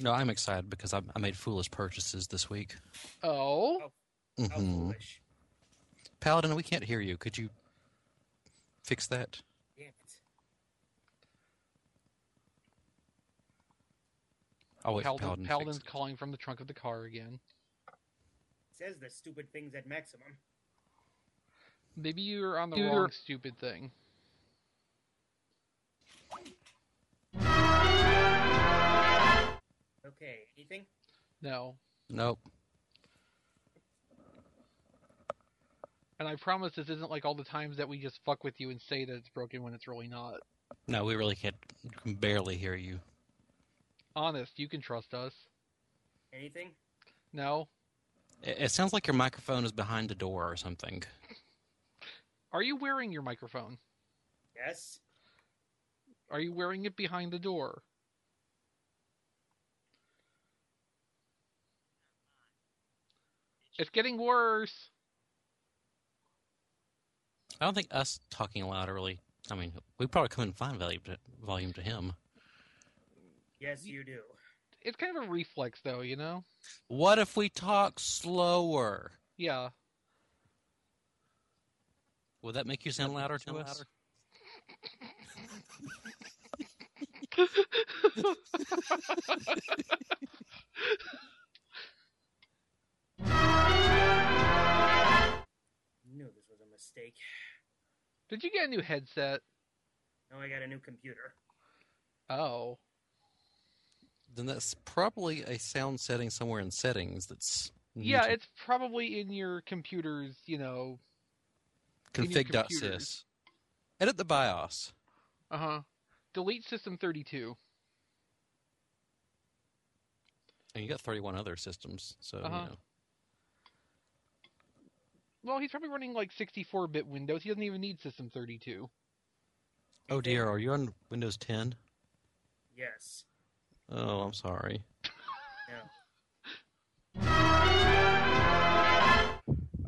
No, I'm excited because I, I made foolish purchases this week. Oh, How Hmm. Mm-hmm. foolish. Paladin, we can't hear you. Could you fix that? Damn it. I'll wait for Paladin, Paladin. to Paladin's fix it. calling from the trunk of the car again. Says the stupid things at maximum. Maybe you're on the You're- wrong stupid thing. Okay, anything? No. Nope. And I promise this isn't like all the times that we just fuck with you and say that it's broken when it's really not. No, we really can't. we can barely hear you. Honest, you can trust us. Anything? No. It, it sounds like your microphone is behind the door or something. Are you wearing your microphone? Yes? Are you wearing it behind the door? It's getting worse. I don't think us talking loud really. I mean, we probably couldn't find volume to, volume to him. Yes, you do. It's kind of a reflex, though, you know? What if we talk slower? Yeah. Would that make you sound louder to us? Knew this was a mistake. Did you get a new headset? Now I got a new computer. Oh. Then that's probably a sound setting somewhere in settings that's Mm-hmm. Yeah, it's probably in your computer's, you know. in your config.sys. computers. Edit the BIOS. Uh Uh-huh. huh. Delete system 32. And you got 31 other systems, so Uh-huh. you know. Well, he's probably running like 64 bit Windows. He doesn't even need system 32. Oh dear, are you on Windows 10? Yes. Oh, I'm sorry. No.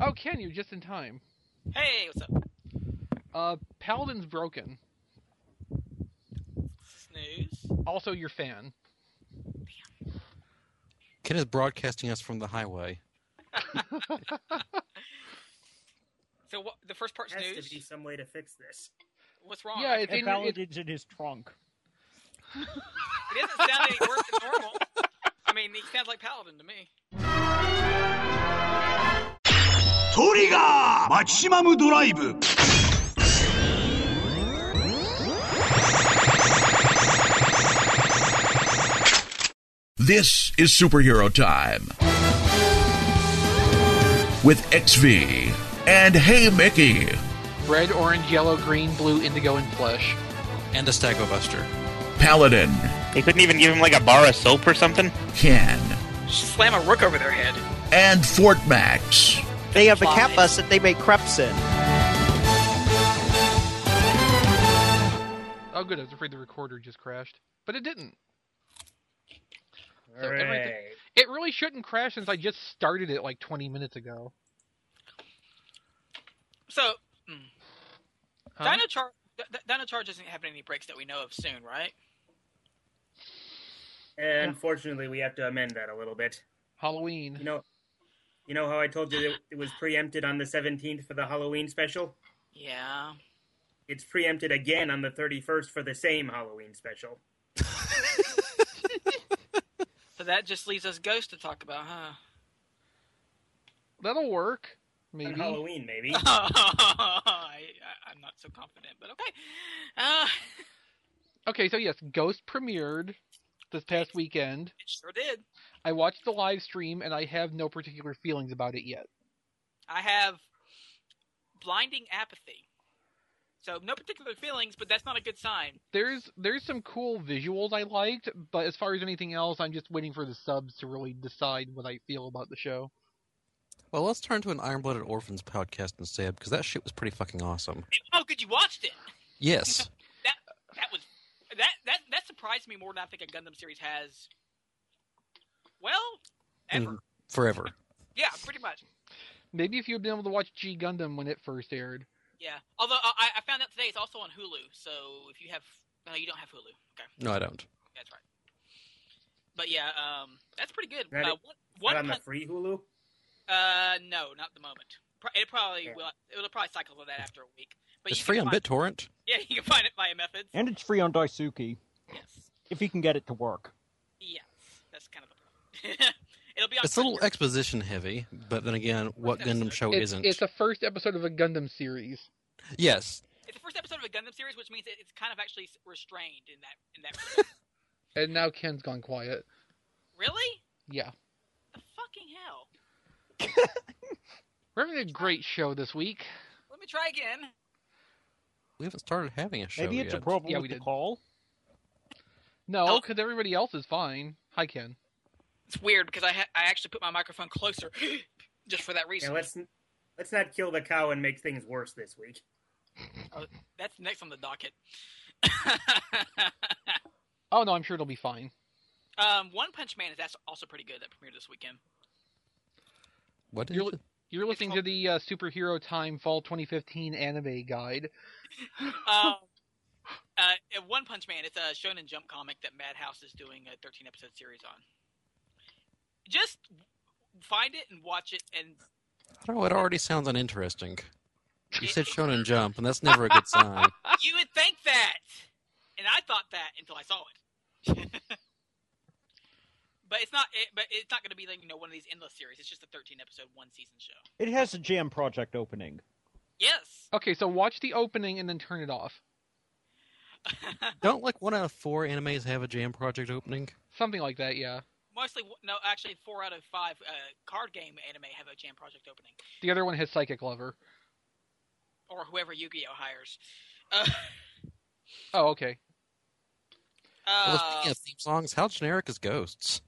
Oh, can you? Just in time. Hey, what's up? Uh, Paladin's broken. Snooze. Also, your fan. Ken is broadcasting us from the highway. So what? The first part Has to be snooze. some way to fix this. What's Oh, wrong? Yeah, it, it's in, your- it, Paladin's in his trunk. doesn't sound any worse than normal. I mean, he sounds like Paladin to me. トリガーマキシマムドライブ This is superhero time with XV and Hey Mickey. red, orange, yellow, green, blue, indigo, and flesh. And a Stago Buster. Paladin They couldn't even give him like a bar of soap or something. Ken Just slam a rook over their head. and Fort Max. They have the Fine. cat bus that they make crepes in. Oh, good. I was afraid the recorder just crashed, but it didn't. So everything- Hooray. It really shouldn't crash since I just started it like 20 minutes ago. So, mm, Huh? Dino Charge. D- D- Dino Charge isn't having any breaks that we know of soon, right? Unfortunately, we have to amend that a little bit. Halloween. You know, you know how I told you that it was preempted on the 17th for the Halloween special? Yeah. It's preempted again on the 31st for the same Halloween special. So that just leaves us Ghost to talk about, That'll work. On Maybe. Halloween, maybe. huh? I, I, I'm not so confident, but okay. Uh, Okay, so yes, Ghost premiered this past weekend. it sure did. I watched the live stream and I have no particular feelings about it yet. I have blinding apathy. So no particular feelings, but that's not a good sign. There's there's some cool visuals I liked, but as far as anything else, I'm just waiting for the subs to really decide what I feel about the show. Well, let's turn to an Iron Blooded Orphans podcast instead, because that shit was pretty fucking awesome. Oh, good, you watched it. Yes. That was that that that surprised me more than I think a Gundam series has. Well, ever. in Mm-hmm. forever. Yeah, pretty much. Maybe if you had been able to watch G Gundam when it first aired. Yeah. Although uh, I, I found out today it's also on Hulu. So if you have, no, you don't have Hulu. Okay, No, I don't. that's right. But yeah, um, that's pretty good. That uh, is- Not one, one on the pun- free Hulu. uh, no, not at the moment. Pro- It probably Yeah. will. It'll probably cycle to that after a week. But It's you can free on find- BitTorrent. Yeah, you can find it via methods. And it's free on Daisuke Yes, if he can get it to work. yes, that's kind of the problem. it'll be on. It's a little Crunchyroll. exposition heavy, but then again, what Gundam show It's, isn't? it's the first episode of a Gundam series. yes, It's the first episode of a Gundam series, which means it, it's kind of actually s- restrained in that in that. And now Ken's gone quiet. really? Yeah. The fucking hell! We're having a great show this week. Let me try again. we haven't started having a show Maybe it's yet. a problem Yeah, we with the did. call. No, Oh. because everybody else is fine. Hi, Ken. It's weird because I ha- I actually put my microphone closer just for that Yeah, reason. let's let's not kill the cow and make things worse this week. That's next on the docket. Oh no, I'm sure it'll be fine. um, One Punch Man is that's also pretty good. That premiered this weekend. What is You're- it? You're listening to the uh, Superhero Time Fall 2015 Anime Guide. Um, uh, and One Punch Man, it's a Shonen Jump comic that Madhouse is doing a 13 episode series on. Just find it and watch it, and I don't know. It already sounds uninteresting. You said Shonen Jump, and that's never a good sign. you would think that, and I thought that until I saw it. but it's not. It, but it's not going to be like you know one of these endless series. It's just a 13 episode one season show. It has a jam project opening. Yes. Okay, so watch the opening and then turn it off. Don't like one out of four animes have a jam project opening? Something like that, yeah. Mostly, no, actually, four out of five uh, card game anime have a Jam Project opening, The other one has Psychic Lover. or whoever Yu Gi Oh hires. Uh, Oh, okay. Well, uh, speaking of theme songs, how generic is Ghosts?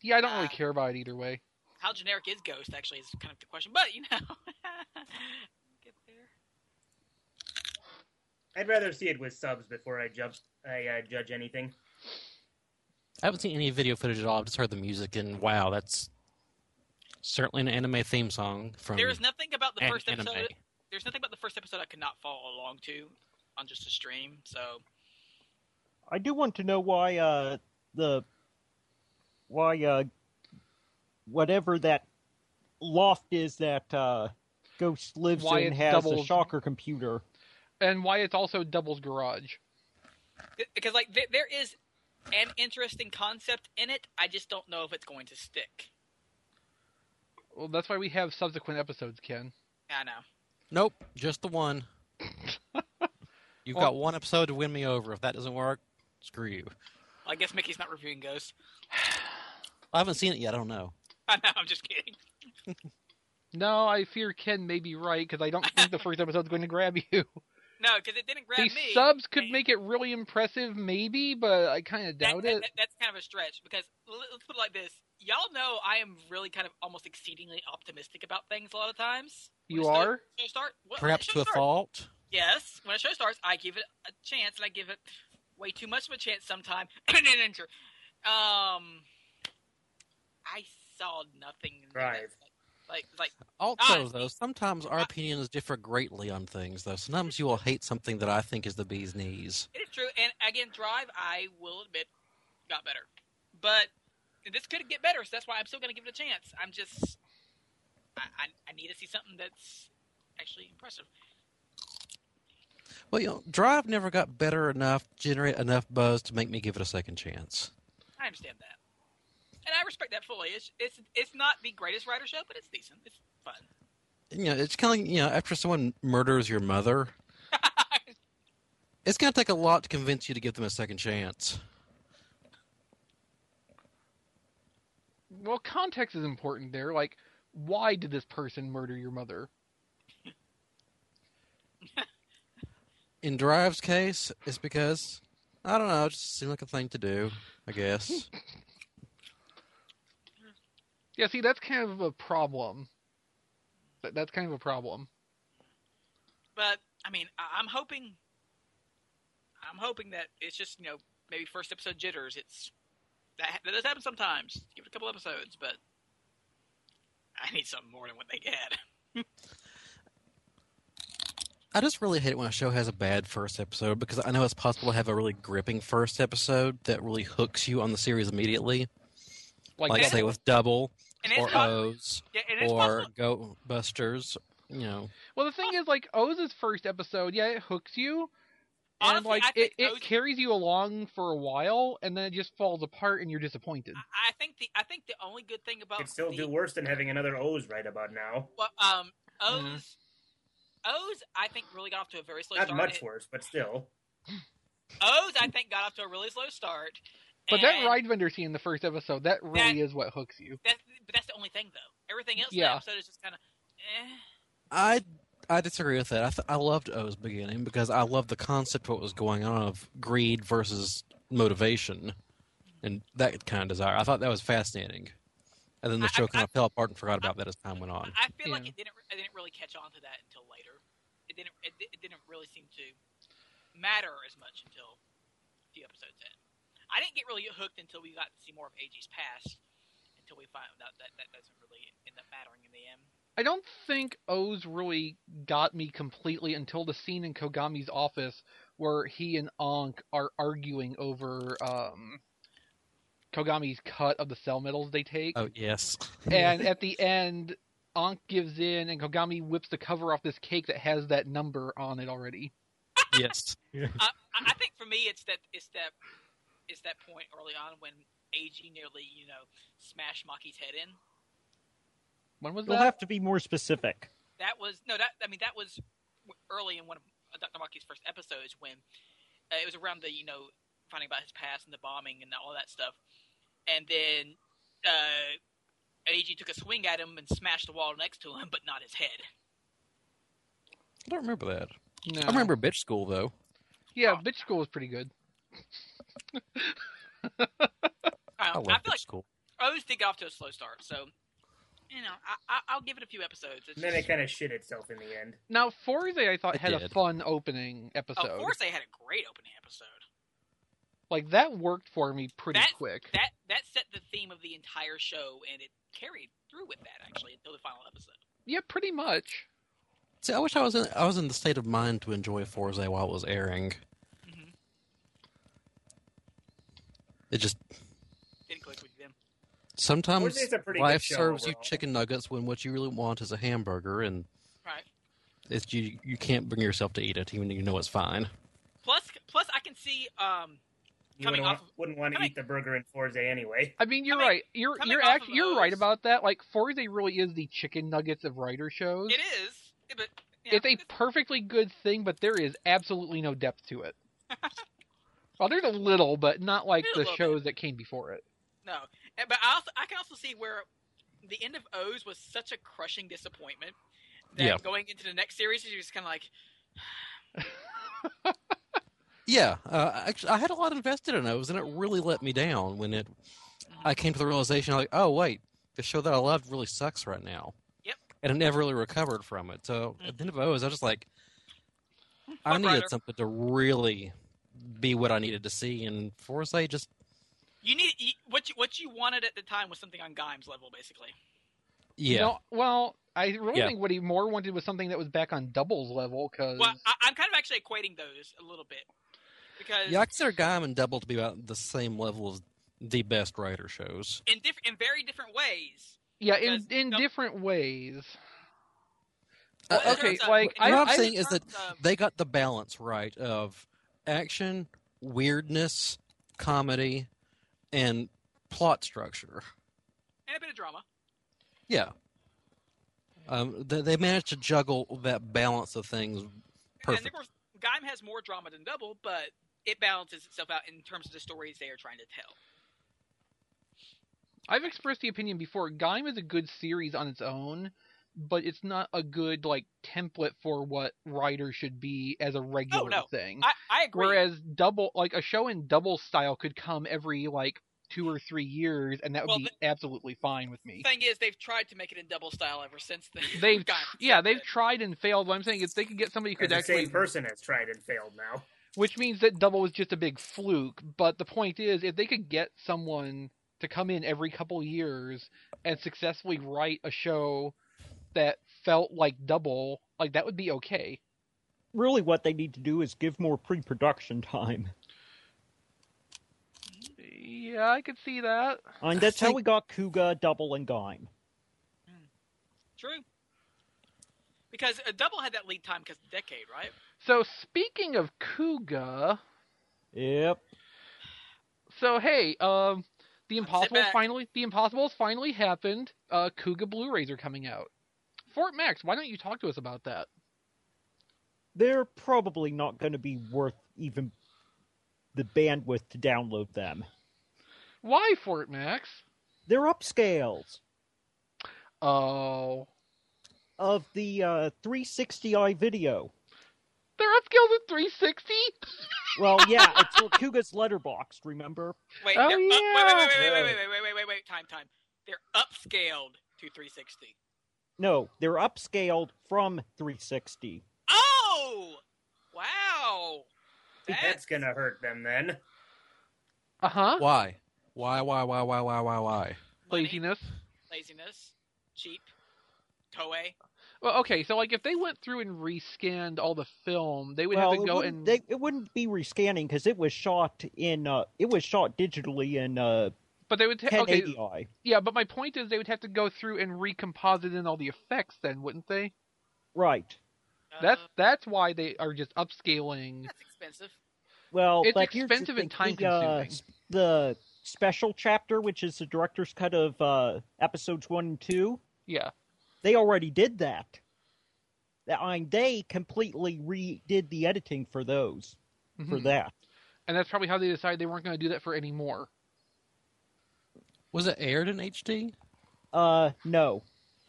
Yeah, I don't really Ah. care about it either way. how generic is Ghost? Actually, is kind of the question, but you know, get there. I'd rather see it with subs before I jump. I uh, judge anything. I haven't seen any video footage at all. I've just heard the music, and wow, that's certainly an anime theme song from There is nothing about the an first anime. episode. There's nothing about the first episode I could not follow along to on just a stream. So I do want to know why uh, the why uh, whatever that loft is that uh, Ghost lives Why in it's has a double- shocker computer. And why it's also Double's Garage. because like there, there is an interesting concept in it, I just don't know if it's going to stick. Well, that's why we have subsequent episodes, Ken. I know. Nope, just the one. You've Well- got one episode to win me over. If that doesn't work, screw you. I guess Mickey's not reviewing Ghost. I haven't seen it yet. I don't know. I know. I'm just kidding. No, I fear Ken may be right because I don't think the first episode's going to grab you. No, because it didn't grab the me. subs could and make it really impressive, maybe, but I kind of that- doubt that- it. that- that's kind of a stretch because l- let's put it like this: y'all know I am really kind of almost exceedingly optimistic about things a lot of times. When You a show- are? show start, when- when Perhaps show to a starts- fault. Yes, when a show starts, I give it a chance, and I give it way too much of a chance sometimes. um, I saw nothing. that- Drive. Like, like, Also, Ah. though, sometimes our opinions differ greatly on things, though. Sometimes you will hate something that I think is the bee's knees. it is true. And again, Drive, I will admit, got better, but this could get better. So that's why I'm still going to give it a chance. I'm just, I, I, I need to see something that's actually impressive. Well, you know, Drive never got better enough, generate enough buzz to make me give it a second chance. I understand that, and I respect that fully. It's, it's, it's not the greatest writer show, but it's decent. It's fun. You know, it's kind of like, you know, after someone murders your mother, it's going to take a lot to convince you to give them a second chance. Well, context is important there. Like, why did this person murder your mother? In Drive's case, it's because, I don't know, it just seemed like a thing to do, I guess. Yeah, see, that's kind of a problem. That, that's kind of a problem. But I mean, I- I'm hoping, I'm hoping that it's just you know maybe first episode jitters. It's that that does happen sometimes. Give it a couple episodes, but I need something more than what they get. I just really hate it when a show has a bad first episode because I know it's possible to have a really gripping first episode that really hooks you on the series immediately, Like, like that? say with Double And it's or uh, possible- O's yeah, and it's or possible. Go Busters. You know, well, the thing is, like O's first episode, yeah, it hooks you, and Honestly, like I it, think it O's- carries you along for a while, and then it just falls apart, and you're disappointed. I I think the I think the only good thing about Could still the, do worse than having another O's right about now. well, um O's Mhm. O's I think really got off to a very slow Not start. much It- worse, but still. O's I think got off to a really slow start. But that and ride vendor scene in the first episode, that That- really is what hooks you. that's- but that's the only thing though. Everything else in Yeah. the episode is just kind of eh. I I disagree with that. I th- I loved O's beginning because I loved the concept of what was going on of greed versus motivation and that kind of desire. I thought that was fascinating. And then the I- show I- kind I- of fell apart and forgot about that as time went on. I I feel like Yeah. it didn't. re- It didn't really catch on to that until later. It didn't. It, di- it didn't really seem to matter as much until a few episodes in. I didn't get really hooked until we got to see more of AG's past. Until we found out that that doesn't really end up mattering in the end. I don't think O's really got me completely until the scene in Kogami's office where he and Ankh are arguing over um, Kogami's cut of the cell metals they take. Oh yes, And at the end, Ankh gives in and Kogami whips the cover off this cake that has that number on it already. yes. I, I think for me, it's that. It's that. It's that point early on when AG nearly, you know, smashed Maki's head in. When was You'll that? have to be more specific. That was no, that I mean that was w- early in one of uh, Dr. Maki's first episodes when uh, it was around the you know finding about his past and the bombing and all that stuff, and then uh, AG took a swing at him and smashed the wall next to him, but not his head. I don't remember that. I No. Uh-huh. remember Bitch School though. Yeah, Bitch School was pretty good. I, I don't- love Oh, Um, I Bitch feel like School. O's did get off to a slow start, so you know I, I, I'll give it a few episodes. It's And then it just, kind of shit itself in the end. Now, Forze, I thought, It had a did. fun opening of episode. course, they oh, had a great opening episode. Like, that worked for me pretty That- quick. That that set the theme of the entire show, and it carried through with that actually until the final episode. Yeah, pretty much. See, I wish I was in I was in the state of mind to enjoy Forza while it was airing. Mhm. It just Didn't click with them. sometimes Forza's a pretty good life show serves you overall. chicken nuggets when what you really want is a hamburger, and Right. it's you you can't bring yourself to eat it, even though you know it's fine. Plus, plus, I can see. Um, You Coming wouldn't, off want, wouldn't want to coming- eat the burger in Forza anyway. I mean, you're Coming- right. You're coming you're off act- of you're right those- about that. Like Forza really is the chicken nuggets of writer shows. it is. yeah, But yeah, It's a perfectly good thing, but there is absolutely no depth to it. well, there's a little, but not like There's a the little shows that came before it. no. And- But I also, I can also see where the end of O's was such a crushing disappointment that Yeah. going into the next series, you're just kind of like, Yeah, uh, actually, I had a lot invested in those, and it really let me down when it. I came to the realization like, oh wait, the show that I loved really sucks right now. Yep. Mm-hmm. And I never really recovered from it. So at the end of O's, I was just like, I Fuck needed writer. something to really be what I needed to see, and Forza just you need you, what you what you wanted at the time was something on Gimes level, basically. yeah. No, well, I really Yeah. think what he more wanted was something that was back on doubles level because Mm. Well, I, I'm kind of actually equating those a little bit because Yeah, I consider Gaiman Double to be about the same level as the best writer shows. in different in very different ways. yeah, in because in dou- different ways. Uh, Well, in okay, terms of- like, What in I- I'm I- um, saying in is that terms of- they got the balance right of action, weirdness, comedy, and plot structure. and a bit of drama. Yeah. Um, they, they managed to juggle that balance of things And of perfect. course, Gaim has more drama than Double, but it balances itself out in terms of the stories they are trying to tell. I've expressed the opinion before. Gaim is a good series on its own, but it's not a good like template for what writers should be as a regular Oh, no. thing. I, I agree. Whereas double, like a show in double style, could come every like two or three years, and that would Well, be absolutely fine with me. thing is, they've tried to make it in Double style ever since then. They've Gaim yeah, said they've that. tried and failed. What I'm saying is they could get somebody who And could the actually, same person has tried and failed now. which means that double was just a big fluke. But the point is, if they could get someone to come in every couple years and successfully write a show that felt like double, like that would be okay. really what they need to do is give more pre-production time. Yeah, I could see that. And that's how think- we got Kuga, Double, and Gaim. True. Because a double had that lead time because of the decade, right? So speaking of Kuga, Yep. so hey, um, the Impossible back. finally, the Impossible's finally happened. Uh, Kuga Blu-rays are coming out. Fort Max, why don't you talk to us about that? They're probably not going to be worth even the bandwidth to download them. Why Fort Max? They're upscales Oh, of the uh, 360i video. they're upscaled at 360. Well, yeah, it's Kuga's letterboxed, remember? Wait, Oh, they're up, wait, wait, yeah. wait, wait, wait, wait, wait, wait, wait, wait, wait, time, time. They're upscaled to 360. No, they're upscaled from 360. Oh, wow. That's gonna hurt them then. Uh huh. Why? Why? Why? Why? Why? Why? Why? Why? money, Laziness. laziness, cheap, Toei. Well, okay, so like if they went through and rescanned all the film, they would well, have to it go wouldn't, and they, it wouldn't be rescanning because it was shot in uh, it was shot digitally in uh, but they would ha- okay, 1080i. yeah. But my point is, they would have to go through and recomposite in all the effects, then wouldn't they? Right. That's Uh, that's why they are just upscaling. that's expensive. Well, It's but here's the expensive and thing, the, time-consuming. uh, s- the special chapter, which is the director's cut of uh, episodes one and two, Yeah, they already did that. That I mean, they completely redid the editing for those for Mhm. that. and that's probably how they decided they weren't going to do that for any more. Was it aired in HD? Uh, no,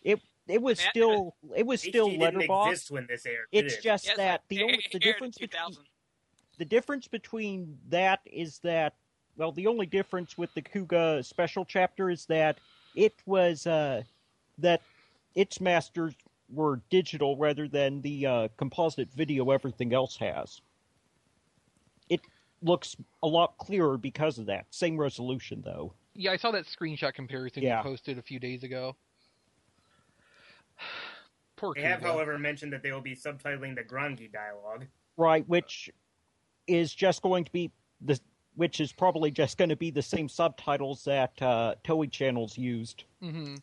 it it was Matt, still it was still HD didn't letterbox. exist when this aired. did It's it? just Yeah, it's that like the air- only the air to difference between 2000. the difference between that is that well the only difference with the kuga special chapter is that it was uh that its masters were digital rather than the uh, composite video everything else has it looks a lot clearer because of that same resolution though Yeah, I saw that screenshot comparison Yeah. you posted a few days ago. Poor They have, Kuga. however, mentioned that they will be subtitling the Grangi dialogue. right which is just going to be the which is probably just going to be the same subtitles that uh, Toei channels used hmm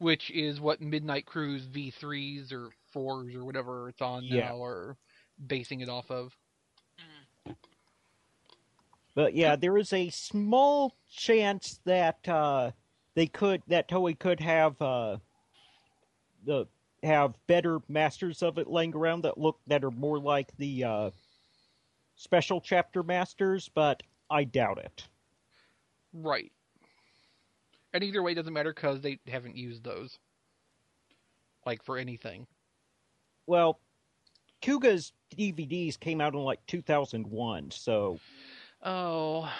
Which is what Midnight Cruise V3s or 4s or whatever it's on Yeah. now are basing it off of. But yeah, there is a small chance that uh, they could that Toei could have uh, the have better masters of it laying around that look that are more like the uh, special chapter masters, but I doubt it. Right. And either way, it doesn't matter because they haven't used those. Like for anything. Well, Kuga's DVDs came out in like 2001, so Oh.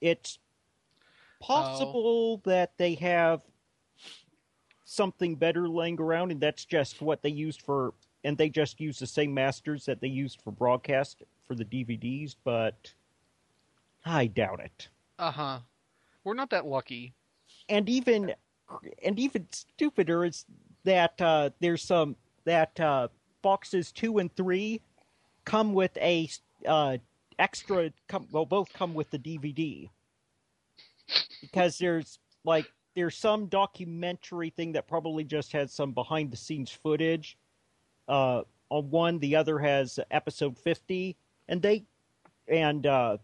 it's possible that they have something better laying around and that's just what they used for and they just use the same masters that they used for broadcast for the DVDs but I doubt it. Uh huh. We're not that lucky. And even and even stupider is that uh, there's some that uh, boxes 2 and 3 come with a uh, extra come well both come with the DVD because there's like there's some documentary thing that probably just has some behind the scenes footage uh on one the other has episode 50 and they and uh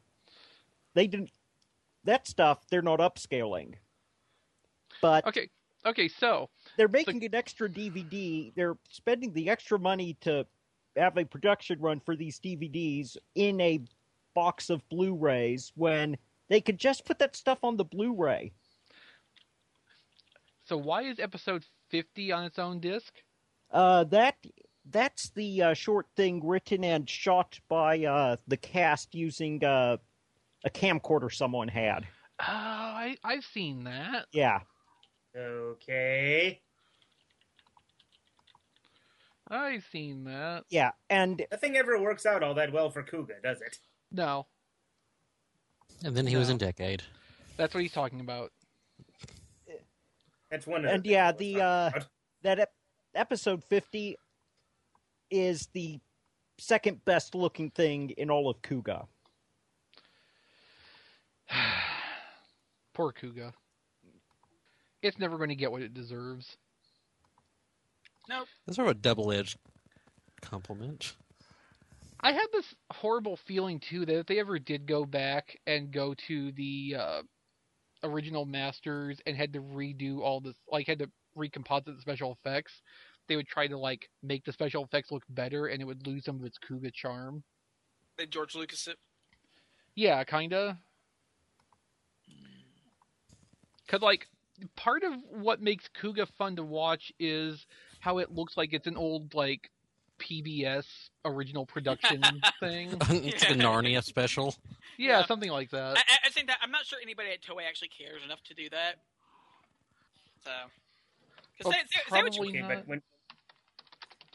they didn't that stuff they're not upscaling but Okay. Okay, so they're making an extra DVD. They're spending the extra money to have a production run for these DVDs in a box of Blu-rays when they could just put that stuff on the Blu-ray. so why is episode 50 on its own disc? Uh, that that's the uh, short thing written and shot by uh, the cast using uh, a camcorder someone had. Oh, I, I've seen that. Yeah, Okay. I've seen that. yeah, and Nothing ever works out all that well for Kuga, does it? No, And then he was No. in Decade. that's what he's talking about. That's one of and the things yeah, we'll the talk uh, about. that ep- episode 50 is the second best looking thing in all of Kuga. Poor Kuga. It's never going to get what it deserves. Nope. That's sort of a double edged compliment. I had this horrible feeling too that if they ever did go back and go to the uh, original masters and had to redo all this, like had to recomposite the special effects, they would try to like make the special effects look better, and it would lose some of its Kuga charm. They George Lucas it. Yeah, kinda. Cause like part of what makes Kuga fun to watch is how it looks like it's an old like PBS original production thing. it's the Narnia special. Yeah, Yeah. something like Uh, that. I, I- I think that I'm not sure anybody at Toei actually cares enough to do that. So, 'Cause Well, say, say- say what you, probably Okay, not. but when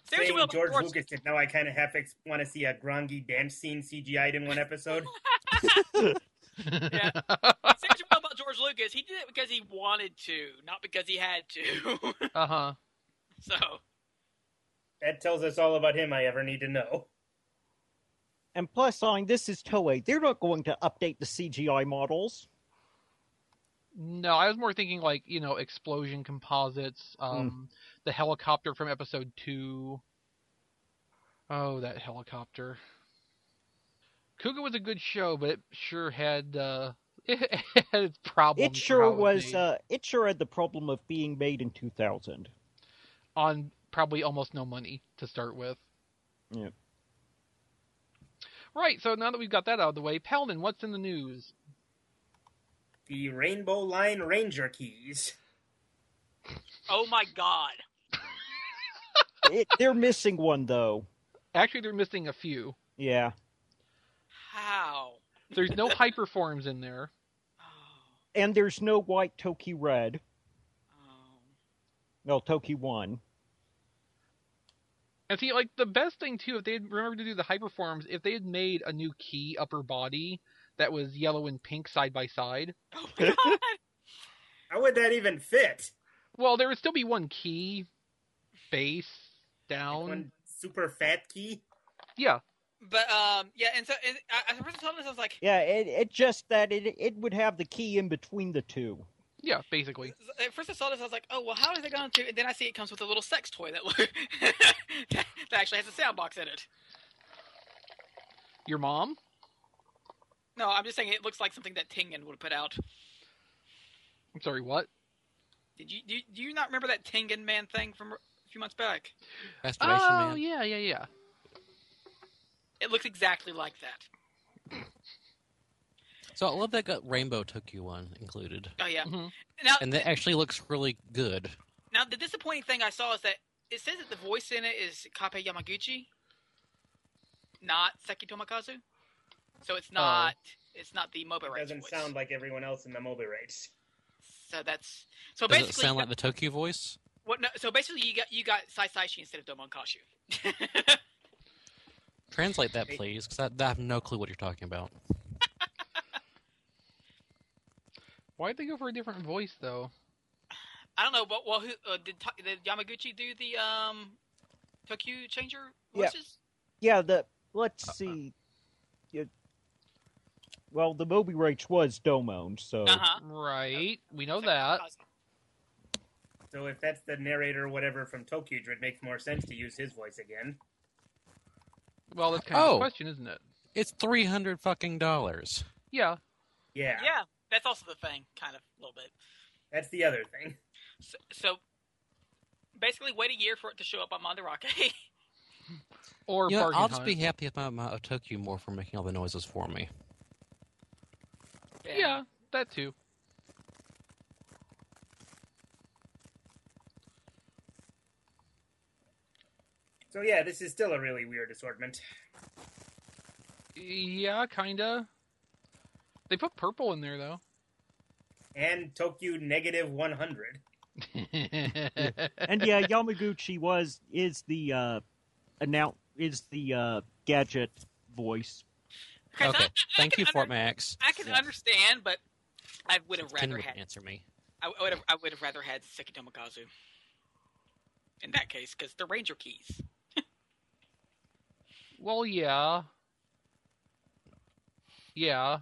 say what you saying will about George George- Lucas did, now I kind of half ex- want to see a Grongi dance scene CGI'd in one episode. yeah. say what you will about George Lucas. He did it because he wanted to, not because he had to. Uh huh. so, that tells us all about him. I ever need to know. And plus, on this is Toei. They're not going to update the CGI models. No, I was more thinking like you know explosion composites, Hmm. um, the helicopter from episode two. Oh, that helicopter. Kuga was a good show, but it sure had uh, it had its problems. It for sure how it was. made Uh, it sure had the problem of being made in 2000. on probably almost no money to start with. Yeah. Right. So now that we've got that out of the way, Paladin, what's in the news? The Rainbow Line Ranger keys. oh my god. It, they're missing one though. Actually, they're missing a few. Yeah. How? There's no hyperforms in there. Oh, And there's no white Toki Red. oh. No, Toki One. And see, like the best thing too, if they had remembered to do the hyperforms, if they had made a new key upper body that was yellow and pink side by side, Oh my god. How would that even fit? well, there would still be one key face down. One super fat key. Yeah, But um, yeah, and so and I, I was telling this, I was like, Yeah. It, it just that it it would have the key in between the two. yeah, basically. at first I saw this, I was like, oh well, how is it going to? And then I see it comes with a little sex toy that that actually has a sound box in it. Your mom? No, I'm just saying it looks like something that Tingen would have put out. I'm sorry, what? Did you do, you- do you not remember that Tengen Man thing from a few months back? Masturbation Oh man. yeah, yeah, yeah. It looks exactly like that. So I love that got Rainbow Tokyo one included. Oh yeah. Mm-hmm. Mhm. Now, And that actually looks really good. now the disappointing thing I saw is that it says that the voice in it is Kape Yamaguchi, not Seki Tomikazu. So Oh. it's not it's not the Mobile Rights Doesn't voice. sound like everyone else in the mobile rates. so that's so Does it basically sound like the Tokyo voice? What? No, so basically, you got you got Sai Saishi instead of Domonkashu. Translate that, please, because I, I have no clue what you're talking about. Why'd they go for a different voice though? I don't know, but well, who uh, did, Ta- did Yamaguchi do the um Tokyo Changer Yeah. voices? Yeah. The let's see. Yeah. well, the Moby Rage was Domon, so Uh huh. Right. We know that. So if that's the narrator, or whatever from Tokyo, it makes more sense to use his voice again. Well, that's kind of the Oh. question, isn't it? It's three hundred fucking dollars. Yeah. Yeah, Yeah, that's also the thing, kind of a little bit. that's the other thing. So, so basically, wait a year for it to show up on Mandarake. Or You know, bargain I'll just hunt. be happy about my Otokyo more for making all the noises for me. Yeah, that too. So yeah, this is still a really weird assortment. Yeah, kinda. They put purple in there though. And Tokyo negative one hundred. and yeah, Yamaguchi was is the uh, announce is the uh, gadget voice. so Okay, I- I thank can you, Fort under- Max. I can Yeah. understand, but I would have Ken rather would had answer me. I would have I would have rather had Seki Tomikazu. In that case, because they're Ranger keys. Well, yeah. Yeah.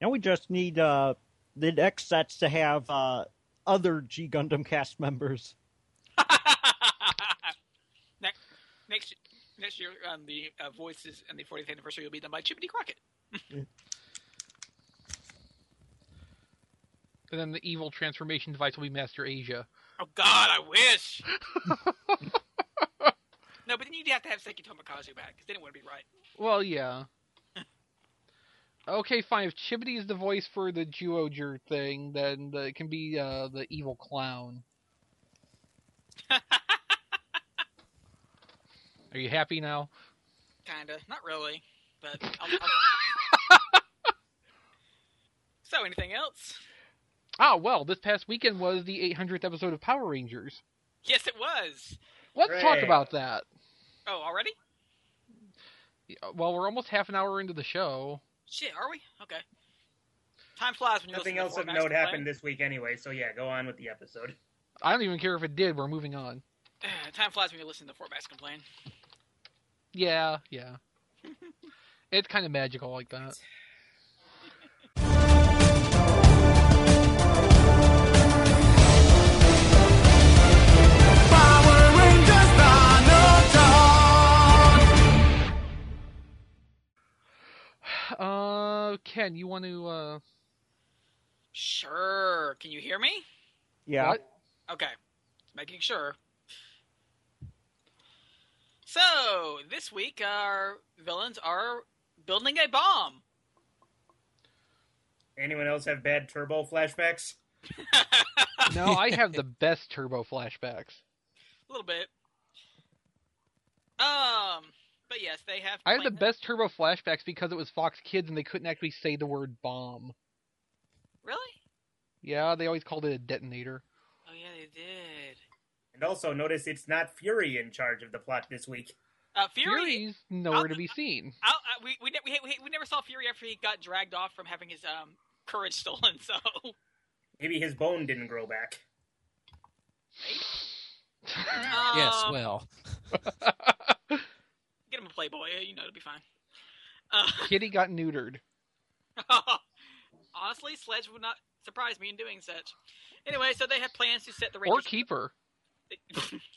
Now we just need uh, the next sets to have uh, other G Gundam cast members. next, next, next year on the uh, voices and the 40th anniversary will be done by Chimney Crockett. And then the evil transformation device will be Master Asia. Oh God, I wish. no, but then you'd have to have Seki Tomokazu back because they didn't want to be right. Well, yeah. okay, fine. If Chibity is the voice for the Juoger thing, then the, it can be uh, the evil clown. Are you happy now? Kinda, not really, but. I'll, I'll... so, anything else? Ah, well, this past weekend was the 800th episode of Power Rangers. Yes, it was. Let's talk Hooray. about that. Oh, already? Well, we're almost half an hour into the show. Shit, are we? Okay. Time flies when you're Nothing listening to else four of Max note complain. happened this week anyway, so yeah, go on with the episode. I don't even care if it did. We're moving on. Time flies when you're listening to Fort Bass complain. Yeah, yeah. it's kind of magical like that. Uh, Ken, you want to uh, Sure. Can you hear me? Yeah. What? Okay. Making sure. So, this week our villains are building a bomb. Anyone else have bad turbo flashbacks? No, I have the best turbo flashbacks. A little bit. Um, but yes, they have. I have the planned- best turbo flashbacks because it was Fox Kids and they couldn't actually say the word bomb. Really? Yeah, they always called it a detonator. Oh yeah, they did. And also notice it's not Fury in charge of the plot this week. Uh, Fury. Fury's nowhere to be seen. I, I, we, we, ne- we we we never saw Fury after he got dragged off from having his um courage stolen. So Maybe his bone didn't grow back. Yes, Um, well, get him a Playboy. You know, it'll be fine. Uh, Kitty got neutered. Honestly, Sledge would not surprise me in doing such. Anyway, so they have plans to set the Or Rangers. keeper.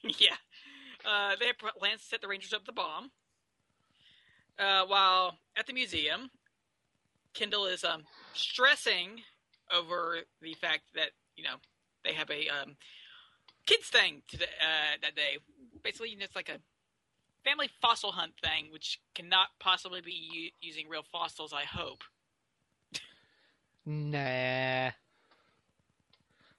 yeah, uh, they have pl- plans to set the Rangers up the bomb. Uh, while at the museum, Kendall is um, stressing over the fact that you know they have a um, kids thing today uh, that day. Basically, you know, it's like a family fossil hunt thing, which cannot possibly be u- using real fossils. I hope. Nah.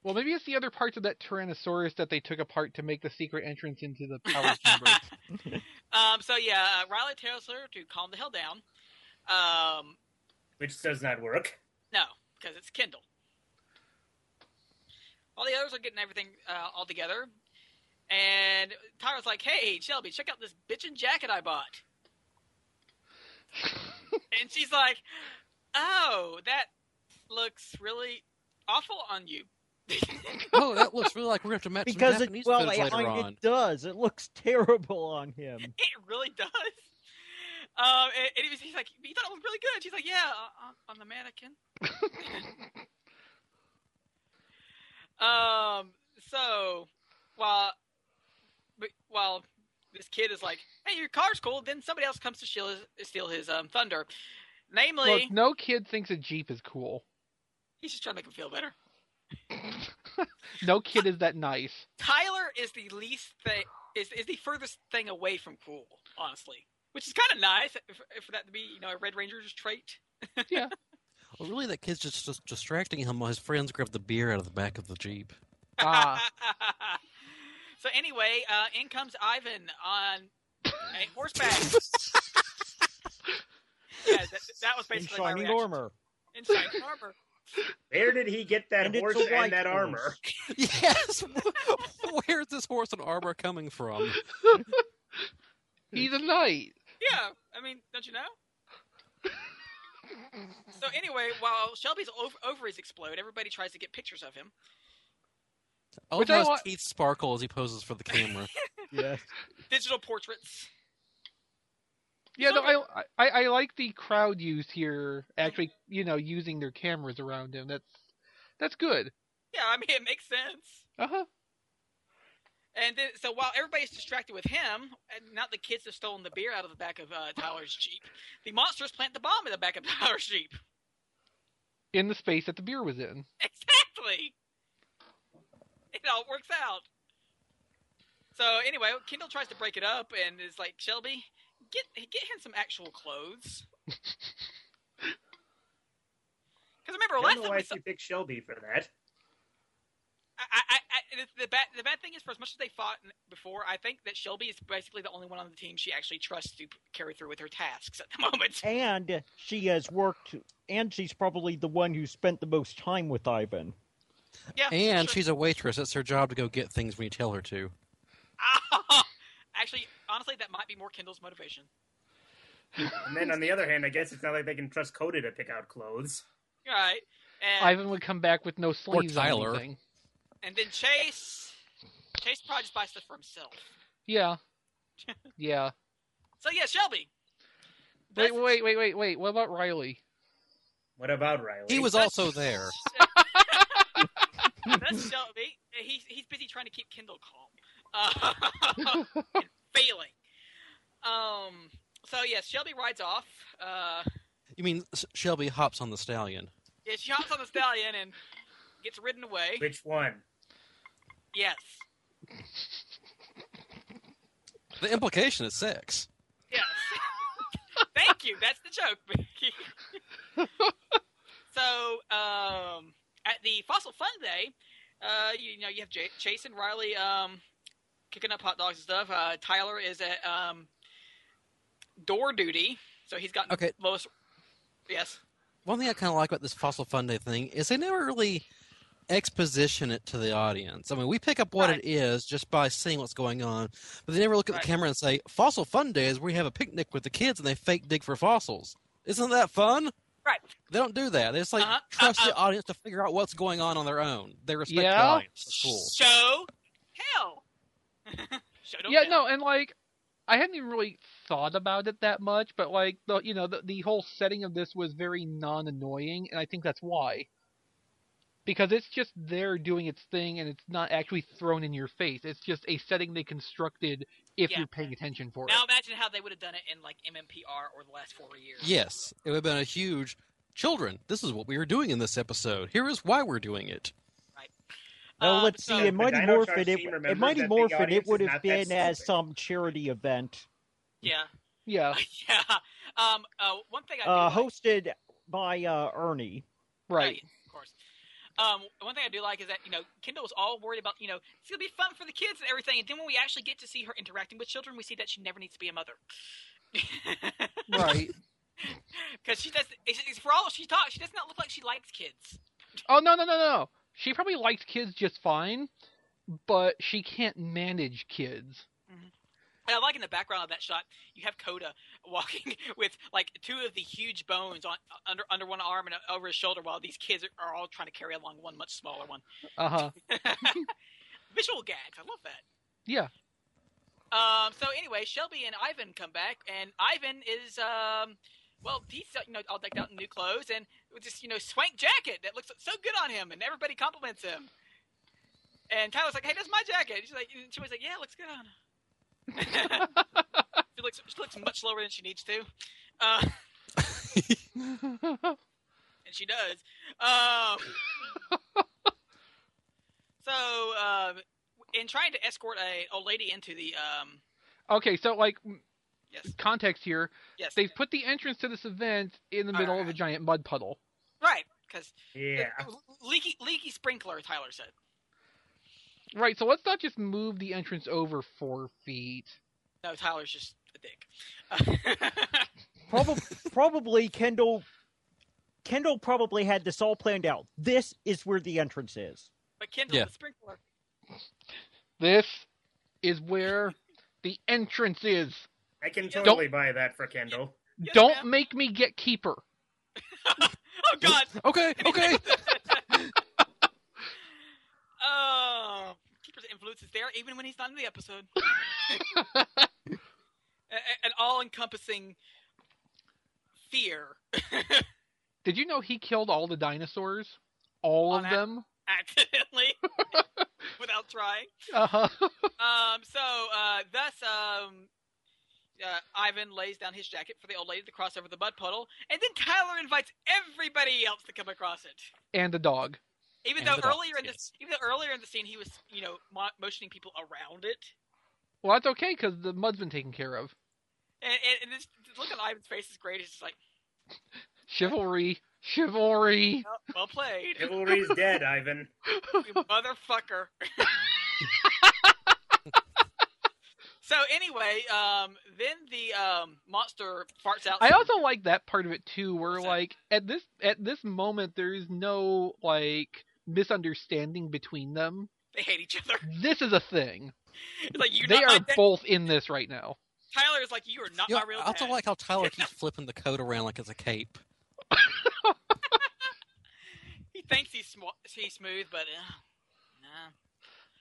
Well, maybe it's the other parts of that Tyrannosaurus that they took apart to make the secret entrance into the power chamber. Um, so yeah, uh, Riley tells her to calm the hell down. Um, Which does not work. no, because it's Kindle. All the others are getting everything uh, all together, and Tyra's like, "Hey, Shelby, check out this bitchin' jacket I bought." and she's like, "Oh, that looks really awful on you." oh, that looks really like we're going to have to match Because some it, Japanese well, footage it, later it on. does. It looks terrible on him. It really does. Um, and, and he was, he's like, "You thought it was really good." She's like, "Yeah, uh, on, on the mannequin." um. So, while but while this kid is like, "Hey, your car's cool," then somebody else comes to steal his, steal his um thunder. Namely, Look, no kid thinks a Jeep is cool. he's just trying to make him feel better. No kid is that nice. Tyler is the least thing is is the furthest thing away from cool, honestly, which is kind of nice for, for that to be you know a Red Ranger's trait. Well, really, that kid's just, just distracting him while his friends grab the beer out of the back of the Jeep. Ah. so anyway, uh, in comes Ivan on a horseback. yeah, that, that was In basically my shining reaction. armor. In shining armor. Where did he get that And it's horse a and white that horse. armor? Yes, where's this horse and armor coming from? He's a knight. Yeah, I mean, don't you know? so anyway, while Shelby's ov- ovaries explode, everybody tries to get pictures of him. All Which of I his wa- teeth sparkle as he poses for the camera. Yes. Digital portraits. Yeah, no, I, I I like the crowd used here. Actually, you know, using their cameras around him. That's that's good. Yeah, I mean it makes sense. Uh huh. And then, so while everybody's distracted with him, and not the kids have stolen the beer out of the back of uh, Tyler's jeep. The monsters plant the bomb in the back of Tyler's jeep. In the space that the beer was in. Exactly. It all works out. So anyway, Kendall tries to break it up and is like, Shelby, get get him some actual clothes. Because remember I last don't know time why we saw, she picked Shelby for that. I, I, I, the- the bad the bad thing is for as much as they fought before, I think that Shelby is basically the only one on the team she actually trusts to carry through with her tasks at the moment. And she has worked, and she's probably the one who spent the most time with Ivan. Yeah, And sure. she's a waitress. It's her job to go get things when you tell her to. actually honestly that might be more Kendall's motivation. And then on the other hand, I guess it's not like they can trust Coda to pick out clothes. All right, and Ivan would come back with no sleeves on Tyler. anything. and then Chase, Chase probably just buys stuff for himself. Yeah. yeah. So yeah, Shelby. Wait, That's- wait, wait, wait, wait. What about Riley? What about Riley? He was also there. That's Shelby. He's he's busy trying to keep Kendall calm uh, and failing. Um. So yes, Shelby rides off. Uh, You mean S- Shelby hops on the stallion? yeah, she hops on the stallion and gets ridden away. Which one? Yes. The implication is sex. Yes. Thank you. That's the joke, Mickey. so, um, at the Fossil Fun Day, uh, you, know, you have J- Chase and Riley um, kicking up hot dogs and stuff. Uh, Tyler is at um, door duty, so he's gotten Okay. lowest. Yes. One thing I kind of like about this fossil fun day thing is they never really exposition it to the audience. I mean, we pick up what Right. it is just by seeing what's going on, but they never look at Right. the camera and say, "Fossil fun day is where we have a picnic with the kids and they fake dig for fossils." Isn't that fun? Right. They don't do that. They just like Uh-huh. trust the Uh-uh. audience to figure out what's going on on their own. They respect the Yeah. audience. That's cool. Show hell. Show don't yeah, tell. no, and like I hadn't even really thought about it that much, but like the you know the, the whole setting of this was very non-annoying, and I think that's why. Because it's just there doing its thing, and it's not actually thrown in your face. It's just a setting they constructed if Yeah. you're paying attention for Now imagine how they would have done it in like MMPR or the last four years. Yes, it would have been a huge. Children, this is what we are doing in this episode. Here is why we're doing it. Now, Uh, Um, let's so- see. In The Mighty Dino Charge Morphin, it, team in remembers Mighty that the Morphin, audience it is would have not that been as stupid. some charity event Yeah. it. Yeah, yeah. Um. Uh, one thing I do uh, like- hosted by uh, Ernie. right. Right, of course. Um, one thing I do like is that you know Kendall was all worried about you know it's gonna be fun for the kids and everything, and then when we actually get to see her interacting with children, we see that she never needs to be a mother right. because she does. It's, it's for all she taught, she does not look like she likes kids. Oh no no no no! She probably likes kids just fine, but she can't manage kids. And I like in the background of that shot, you have Coda walking with like two of the huge bones on under under one arm and over his shoulder, while these kids are, are all trying to carry along one much smaller one. Uh huh. Visual gags, I love that. Yeah. Um, so anyway, Shelby and Ivan come back, and Ivan is um, well, he's uh, you know all decked out in new clothes and with this you know swank jacket that looks so good on him, and everybody compliments him. And Tyler's like, "Hey, that's my jacket." She's like, and she was like, "Yeah, it looks good on." her." she looks she looks much lower than she needs to, uh, and she does. Um, so um, in trying to escort a old lady into the um, Okay, so like yes, context here, yes, they've put the entrance to this event in Uh, the middle of a Alright. giant mud puddle. Right, because Yeah. leaky leaky sprinkler. Tyler said. Right, so let's not just move the entrance over four feet. No, Tyler's just a dick. Probably, probably Kendall. Kendall probably had this all planned out. This is where the entrance is. but Kendall Yeah. the sprinkler. This is where the entrance is. I can Don't- totally buy that for Kendall. Yes, Don't ma'am. make me get keeper. Oh God. Okay, okay. Oh, Keeper's influence is there even when he's not in the episode. A- a- and all-encompassing fear. Did you know he killed all the dinosaurs? All On of ac- them? accidentally without trying. Uh huh. Um, so uh, thus, um, uh, Ivan lays down his jacket for the old lady to cross over the mud puddle, and then Tyler invites everybody else to come across it. and the dog. Even And though the dogs, earlier in the yes. even though earlier in the scene he was you know mo- motioning people around it, Well, that's okay because the mud's been taken care of. and, and, and this this look on Ivan's face is great. It's just like Chivalry, chivalry. "Oh, well played, Chivalry's dead, Ivan. you motherfucker. so anyway, um, then the um, monster farts out. I some- also like that part of it too, where What's that? like at this at this moment there is no like misunderstanding between them. they hate each other. This is a thing. It's like you're they not my are dad." both in this right now. Tyler is like, you are not You know, my real I also dad. like how Tyler keeps flipping the coat around like it's a cape. he thinks he's sm- he's smooth, but uh,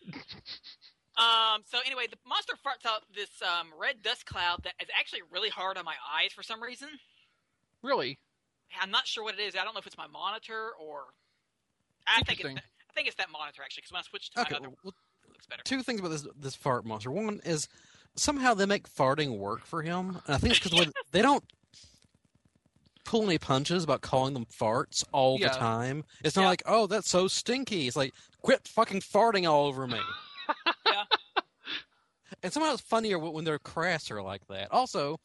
nah. um. So anyway, the monster farts out this um, red dust cloud that is actually really hard on my eyes for some reason. Really. I'm not sure what it is. I don't know if it's my monitor or. I think it's Interesting. that, I think it's that monitor actually, because when I switched to Okay, my other, one, well, it looks better. two things about this this fart monster. One is somehow they make farting work for him, and I think it's because they don't pull any punches about calling them farts all Yeah. the time. It's not Yeah. like, oh, that's so stinky. It's like, quit fucking farting all over me. Yeah. And somehow it's funnier when when they're crasser like that. Also,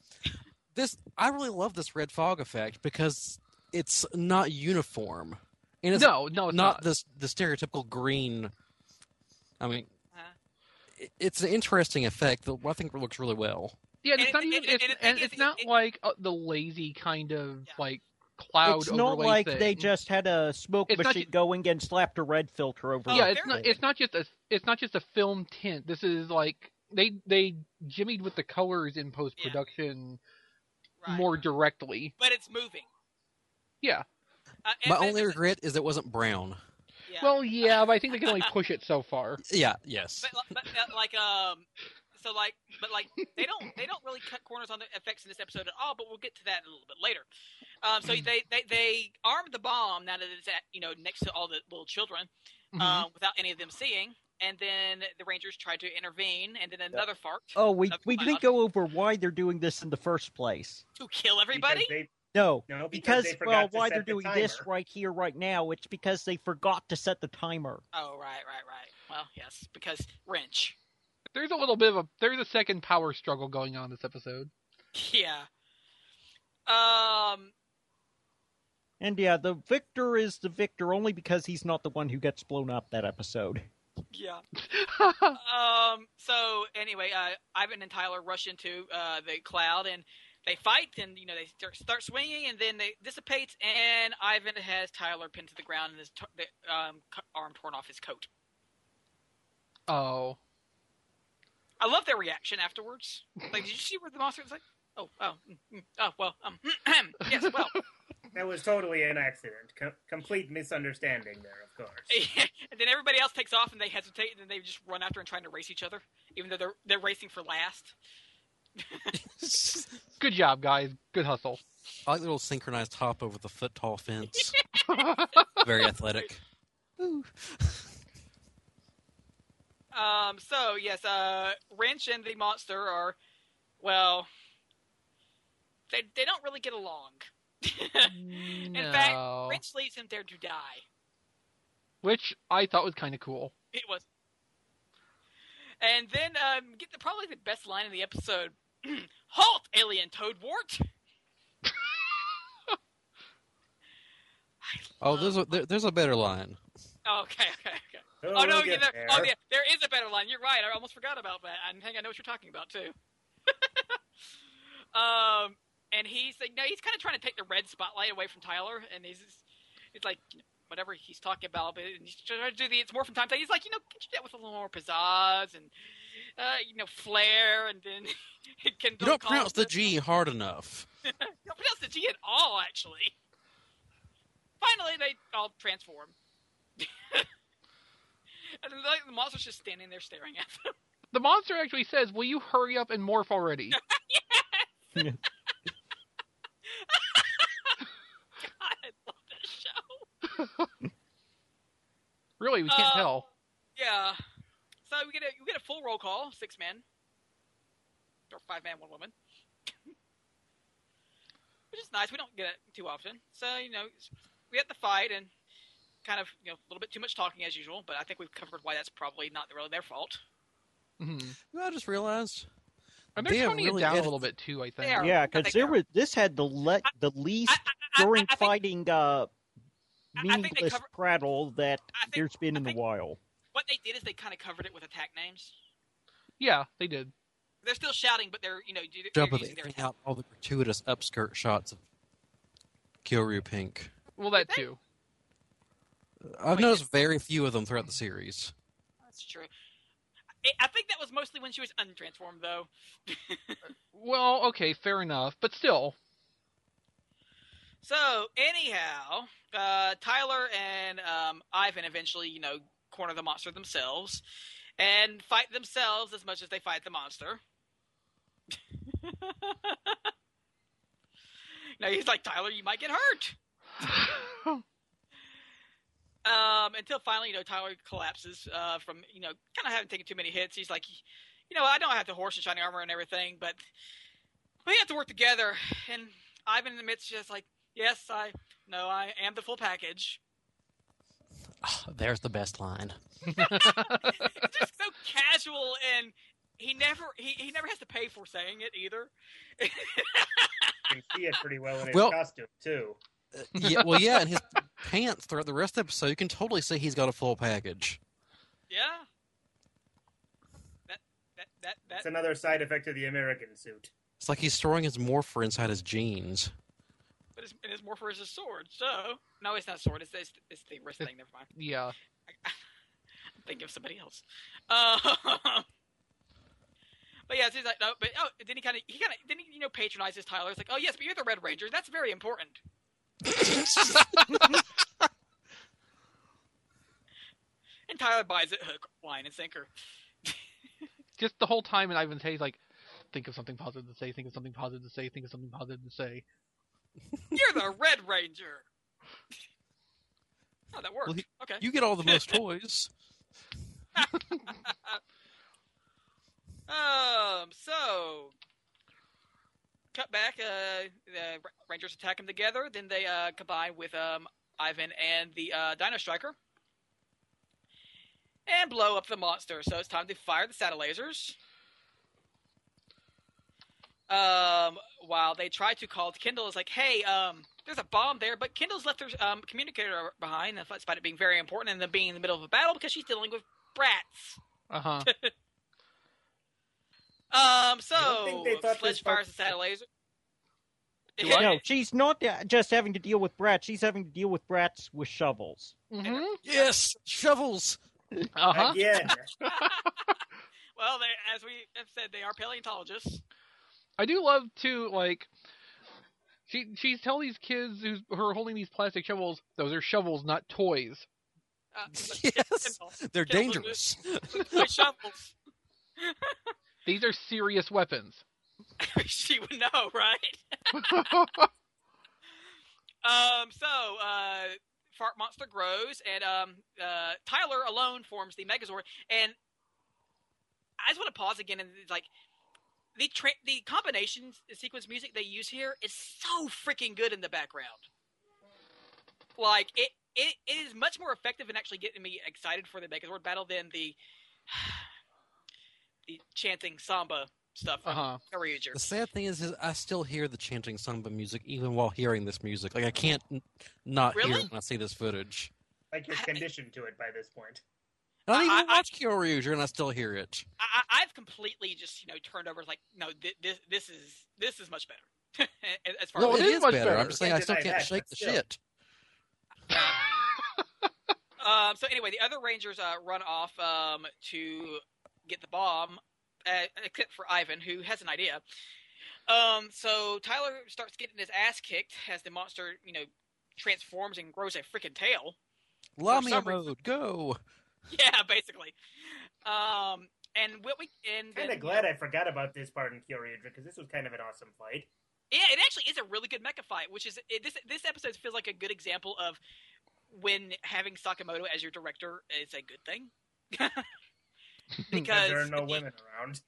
this I really love this red fog effect because it's not uniform, and it's No, Oh, no, not it's not. this the stereotypical green. I mean, Uh-huh. i- it's an interesting effect that I think looks really well. Yeah, and And it's not it- even. It's, it- and the thing and is, it's not it- like uh, the lazy kind of Yeah. like cloud it's not overlay like thing. they just had a smoke It's not machine ju- going and slapped a red filter over. yeah, Oh, it's they're- not. It's not just a. It's not just a film tint. This is like they they jimmied with the colors in post production Right. more directly. but it's moving. Yeah. Uh, and- My but it only doesn't- regret is it wasn't brown. Yeah. Well, yeah, but I think they can only push it so far. Yeah, yes. But, li- but uh, like um, so like but like they don't they don't really cut corners on the effects in this episode at all. But we'll get to that a little bit later. Um, Mm-hmm. so they they they armed the bomb now that it's at you know next to all the little children Mm-hmm. Um, uh, without any of them seeing, and then the rangers tried to intervene, and then another fart Oh, we That's we my didn't go over why they're doing this in the first place. to kill everybody. Because they, No, no, because, because they forgot well, to why set they're the doing timer. this right here, right now? It's because they forgot to set the timer. Oh right right right. Well yes because wrench. There's a little bit of a there's a second power struggle going on this episode. Yeah. Um. And yeah, the victor is the victor only because he's not the one who gets blown up that episode. Yeah. um. So anyway, uh, Ivan and Tyler rush into uh, the cloud and they fight and you know they start, start swinging and then they dissipates and Ivan has Tyler pinned to the ground and his t- the, um, c- arm torn off his coat. Oh, I love their reaction afterwards. Like, did you see where the monster was like? Oh, oh, mm, mm, oh, well, um, yes, well, That was totally an accident. Com- complete misunderstanding there, of course. and then everybody else takes off and they hesitate and then they just run after and trying to race each other, even though they're they're racing for last. good job, guys. Good hustle. I like the little synchronized hop over the foot tall fence. Very athletic. Um, so yes, uh, Wrench and the monster are, well, they they don't really get along. In fact, Wrench leaves him there to die. which I thought was kind of cool. It was, and then um, get the, probably the best line in the episode: "Halt, alien toadwort!" Oh, there's a there, there's a better line. Okay, okay, okay. Oh, Oh, no, we'll yeah, get there, there. oh yeah, there is a better line. You're right. I almost forgot about that. I think I know what you're talking about too. um, and he's like, no, he's kind of trying to take the red spotlight away from Tyler, and he's, just- it's like you know, whatever he's talking about, but he's trying to do the it's more from time to time. He's like, you know, could you do that with a little more pizzazz and uh, you know, flair, and then it can You don't pronounce the G hard enough. you don't pronounce the G at all, actually. Finally, they all transform. and then, like, the monster's just standing there staring at them. The monster actually says, "Will you hurry up and morph already?" God, I love this show. Really, we can't Uh, tell. Yeah. So we get a we get a full roll call, six men, or five man, one woman, which is nice. We don't get it too often. So you know, we had the fight and kind of you know a little bit too much talking as usual, but I think we've covered why that's probably not really their fault. Mhm. You know, I just realized. And they're They have toning really it down a edit- little bit too. I think. They are. yeah, I because think there they're- was this had the le- the least I- during I think- fighting uh, I think they meaningless cover- prattle that I think- there's been I in think- a while. What they did is they kind of covered it with attack names. Yeah, they did. They're still shouting, but they're you know they're Double using their editing out all the gratuitous upskirt shots of Kyoryu Pink. Well, that Did they? too. I've Wait, noticed very few of them throughout the series. That's true. I, I think that was mostly when she was untransformed, though. Well, okay, fair enough. But still, So anyhow, uh, Tyler and um, Ivan eventually, you know, corner the monster themselves and fight themselves as much as they fight the monster. now he's like, Tyler, you might get hurt. Um, until finally, you know, Tyler collapses uh, from, you know, kind of having taken too many hits. He's like, you know, I don't have the horse and shiny armor and everything, but we have to work together. And Ivan in the midst just like, yes, I, no, I am the full package. Ah, there's the best line. It's just so casual, and he never, he, he never has to pay for saying it either. You can see it pretty well in his Well- costume too. Uh, yeah, well, yeah, and his pants throughout the rest of the episode, you can totally see he's got a full package. Yeah. That that that that. That's another side effect of the American suit. It's like he's storing his morpher inside his jeans. But it's, and it's more for his sword. So no, it's not sword. It's it's, it's the wrist thing. Never mind. yeah. Think of somebody else. Uh, but yeah, so he's like no. But oh, then he kind of he kind of then he you know patronizes Tyler. It's like oh yes, but you're the Red Ranger. That's very important. and Tyler buys it hook, line, and sinker. Just the whole time in Ivan's head, he's like, think of something positive to say. Think of something positive to say. Think of something positive to say. You're the Red Ranger. Oh, that worked. Well, he- okay. You get all the most toys. Um. So, cut back. Uh, the Ra- Rangers attack them together. Then they uh, combine with um Ivan and the uh, Dino Striker, and blow up the monster. So it's time to fire the satellite lasers. Um. While they try to call to Kendall, is like, hey, um. There's a bomb there, but Kendall's left her um, communicator behind, despite it being very important and them being in the middle of a battle because she's dealing with brats. Uh huh. Um. So I don't think they thought Fletch this fires was- a satellite laser. No, she's not uh, just having to deal with brats. She's having to deal with brats with shovels. hmm Yes, shovels. Uh Uh-huh. huh. Again, well, they, as we have said, they are paleontologists. I do love to like. She she's telling these kids who's who are holding these plastic shovels. Those are shovels, not toys. Uh, but- Yes, Kendall, they're Kendall, dangerous. with shovels. These are serious weapons. she would know, right? Um, so uh, fart monster grows, and um, uh, Tyler alone forms the Megazord. And I just want to pause again and like the tra- the combination sequence music they use here is so freaking good in the background. Like it, it, it is much more effective in actually getting me excited for the Megazord battle than the the chanting samba stuff uh from huh. Karajuger. The sad thing is, is, I still hear the chanting samba music even while hearing this music. Like I can't n- not hear Really? it when I see this footage. like you're I- conditioned to it by this point. And I I- even I- watch Kyoryu and I still hear it. I, I- I've completely just you know turned over like no thi- this this is this is much better as far No, as it is much better. better. I'm just saying I Can't still deny can't that, shake but the still. shit. um, so anyway the other rangers uh, run off um, to get the bomb uh, except for Ivan who has an idea um, so Tyler starts getting his ass kicked as the monster you know transforms and grows a freaking tail Lami some mode, go. yeah basically um, And what we and Kind then- of glad I forgot about this part in Kyria because this was kind of an awesome fight. Yeah, it actually is a really good mecha fight, which is it, this this episode feels like a good example of when having Sakamoto as your director is a good thing. because there are no women around.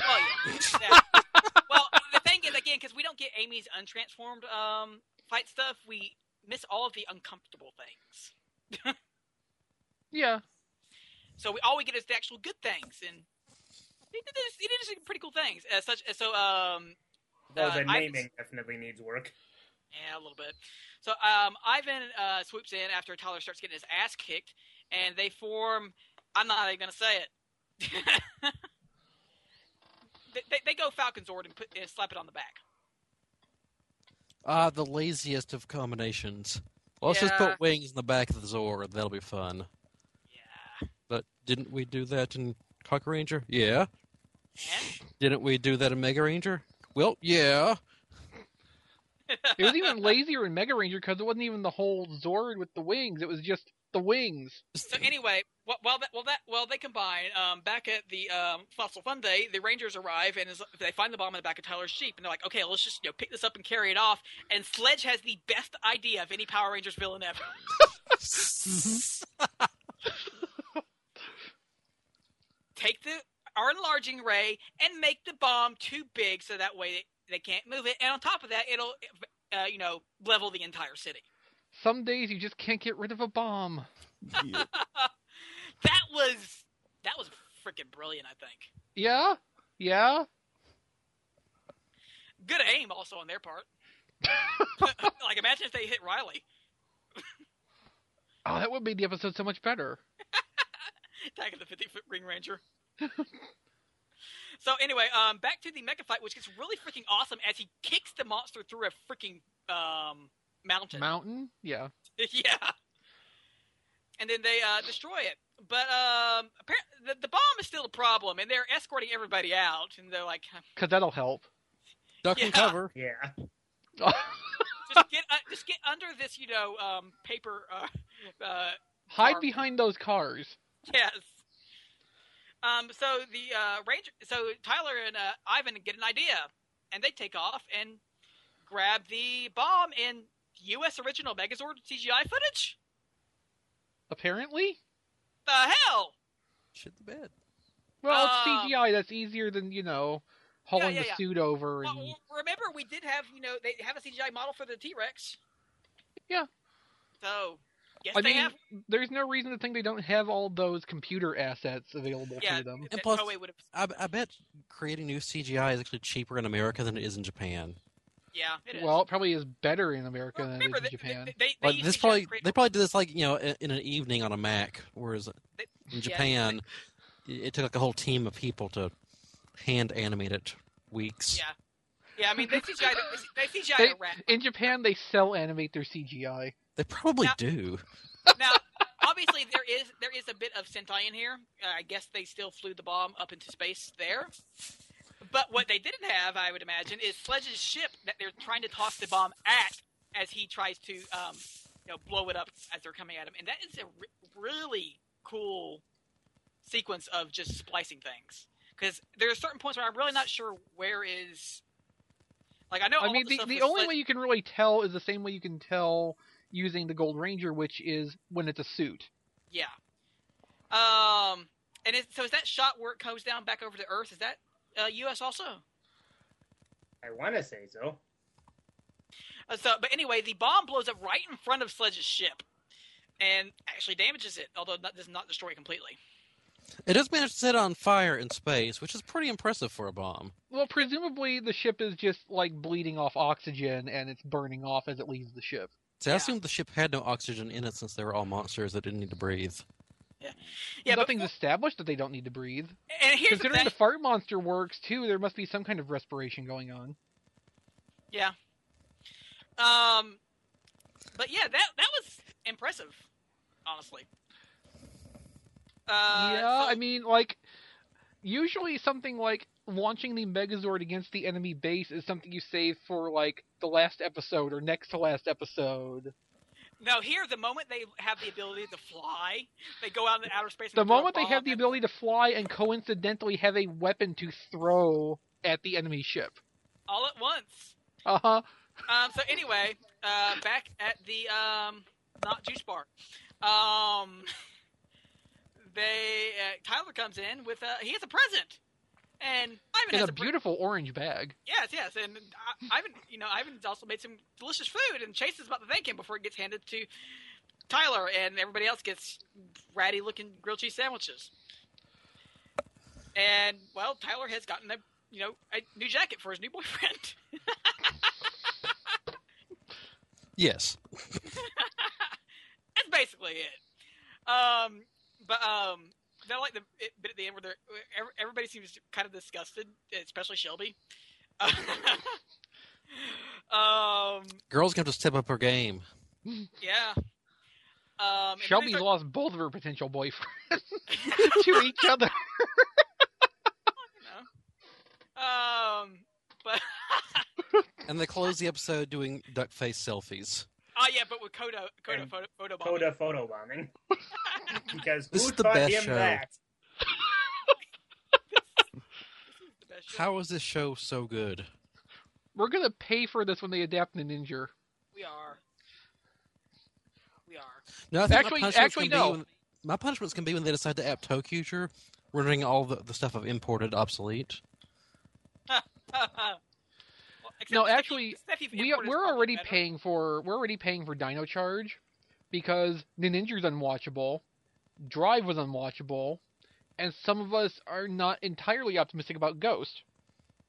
Oh, yeah. Yeah. well, the thing is again because we don't get Amy's untransformed um, fight stuff, we miss all of the uncomfortable things. Yeah. So we all we get is the actual good things, and it did this- it did some pretty cool things. Uh, such so um Well, Uh, the I- naming definitely needs work. Yeah, a little bit. So um, Ivan uh, swoops in after Tyler starts getting his ass kicked, and they form. I'm not even gonna say it. they, they, they go Falcon's Zord and put and slap it on the back. Ah, the laziest of combinations. Well, let's just Yeah. put wings in the back of the Zord. That'll be fun. Yeah. But didn't we do that in Cock Ranger? Yeah. And Didn't we do that in Mega Ranger? Well, yeah. It was even lazier in Mega Ranger because it wasn't even the whole Zord with the wings. It was just the wings. so anyway, wh- while that well that well they combine. Um, back at the um, fossil fun day, the Rangers arrive and is, they find the bomb in the back of Tyler's sheep, and they're like, okay, let's just you know pick this up and carry it off. And Sledge has the best idea of any Power Rangers villain ever. take the our enlarging ray and make the bomb too big so that way they, they can't move it and on top of that it'll uh, you know level the entire city Some days you just can't get rid of a bomb. that was that was freaking brilliant i think Yeah? Yeah? good aim also on their part like imagine if they hit riley Oh, that would make the episode so much better. attacking the 50 foot ring ranger so anyway um back to the mecha fight which gets really freaking awesome as he kicks the monster through a freaking um mountain Mountain? Yeah. yeah. And then they uh, destroy it. But um, appar- the, the bomb is still a problem, and they're escorting everybody out. And they're like, Because that'll help. Duck Yeah. and cover. Yeah. just get uh, just get under this, you know, um, paper. Uh, uh, Hide Car- behind those cars. yes. Um, so the uh, ranger, so Tyler and uh, Ivan get an idea, and they take off and grab the bomb in U.S. original Megazord CGI footage. Apparently? The hell! Shit the bed. Well, Um, it's CGI. That's easier than, you know, hauling yeah, the yeah. suit over. And... Well, remember, we did have you know they have a CGI model for the T Rex. Yeah. So yes, I they mean, have. there's no reason to think they don't have all those computer assets available Yeah, to them. that plus- Toei would have. I, I bet creating new CGI is actually cheaper in America than it is in Japan. Yeah, it is. Well, it probably is better in America than it is remember in they- Japan. They, they, they Like use this CGI probably create- they probably did this like you know in, in an evening on a Mac, whereas They- in yeah, Japan it, it took like a whole team of people to hand animate it weeks. Yeah. yeah, I mean they CGI they, they CGI They- a rat. in Japan, they sell animate their CGI. They probably Now- do. Now, obviously there is there is a bit of Sentai in here. Uh, I guess they still flew the bomb up into space there. But what they didn't have, I would imagine, is Sledge's ship that they're trying to toss the bomb at as he tries to um, you know blow it up as they're coming at him, and that is a re- really cool sequence of just splicing things because there are certain points where I'm really not sure where is. Like I know. I all mean, of the, stuff the with only Sledge- way you can really tell is the same way you can tell using the Gold Ranger, which is when it's a suit. Yeah. Um, and it, so is that shot where it comes down back over to Earth? Is that uh, U.S. also? I want to say so. Uh, so, but anyway, the bomb blows up right in front of Sledge's ship, and actually damages it, although that does not destroy it completely. It does manage to set on fire in space, which is pretty impressive for a bomb. Well, presumably the ship is just like bleeding off oxygen and it's burning off as it leaves the ship. So I Yeah. assume the ship had no oxygen in it since they were all monsters that didn't need to breathe. Yeah, but, Nothing's established that they don't need to breathe. and here's the Considering thing. the fart monster works too, there must be some kind of respiration going on. Yeah. Um, but yeah, that that was impressive, honestly. Uh, yeah, so- I mean, like, usually something like launching the Megazord against the enemy base is something you save for, like, the last episode or next to last episode. No, here the moment they have the ability to fly, they go out into outer space. and The throw a moment they have bomb the at- ability to fly and coincidentally have a weapon to throw at the enemy ship. all at once. Uh huh. Um, so anyway, uh, back at the um, not juice bar, um, they uh, Tyler comes in with a he has a present, and Ivan In has a a pre- beautiful orange bag. Yes, yes, and I, Ivan, you know, Ivan's also made some delicious food, and Chase is about to thank him before it gets handed to Tyler, and everybody else gets ratty-looking grilled cheese sandwiches. And well, Tyler has gotten a you know a new jacket for his new boyfriend. Yes. That's basically it. Um, but um, then like the it, bit at the end where they're, ev- everybody seems kind of disgusted, especially Shelby. um, Girls have to step up her game. yeah. Um, and then they Shelby start- lost both of her potential boyfriends to each other. Um, but And they close the episode doing duck face selfies. oh yeah, but with Coda, Coda And photo, photo bombing. Coda photo bombing. because This who is the taught best him show. that? The best show. How is this show so good? We're gonna pay for this when they adapt Ninja. we are, we are. No, I think Actually- my punishment's actually, gonna no. Be when, my punishment's going to be when they decide to app Tokuture, rendering all the, the stuff I've imported obsolete. Well, except No, Steffi- actually, Steffi's We import is we're probably already better. paying for we're already paying for Dino Charge because Ninja's unwatchable, Drive was unwatchable, and some of us are not entirely optimistic about Ghost.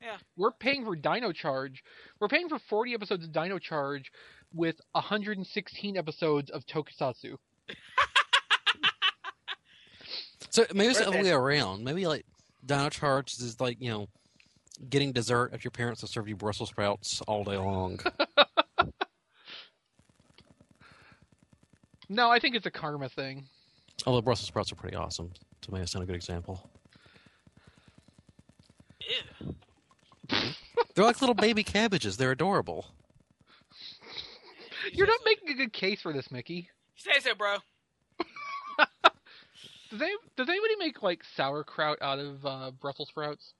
Yeah. We're paying for Dino Charge. We're paying for 40 episodes of Dino Charge with 116 episodes of Tokusatsu. So maybe it's the Worth other it. way around. Maybe like Dino Charge is like, you know, getting dessert at your parents have served you Brussels sprouts all day long. No, I think it's a karma thing. Although Brussels sprouts are pretty awesome. So maybe it's not a good example. Ew. They're like little baby cabbages. They're adorable. You're not making a good case for this, Mickey. Say so, bro. Does, any, does anybody make like sauerkraut out of uh, Brussels sprouts?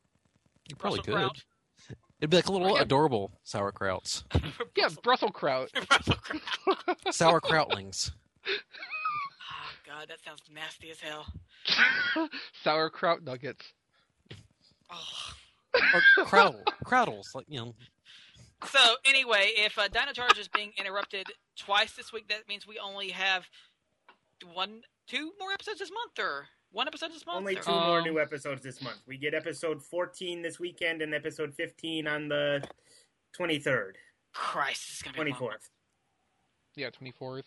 You probably Brussels could. sprout. It'd be like little Okay. adorable sauerkrauts. Yeah, Brussels kraut. Russell Crowe. Sauerkrautlings. Ah, God, that sounds nasty as hell. sauerkraut nuggets. Oh. or crowdle. Crowdles. Like, you know, So anyway, if uh, Dino Charge is being interrupted twice this week, that means we only have one, two more episodes this month, or one episode this month. Only or- Oh, two more Um, new episodes this month. We get episode 14 this weekend and episode 15 on the 23rd, Christ, this is gonna be a long 24th. Yeah, 24th.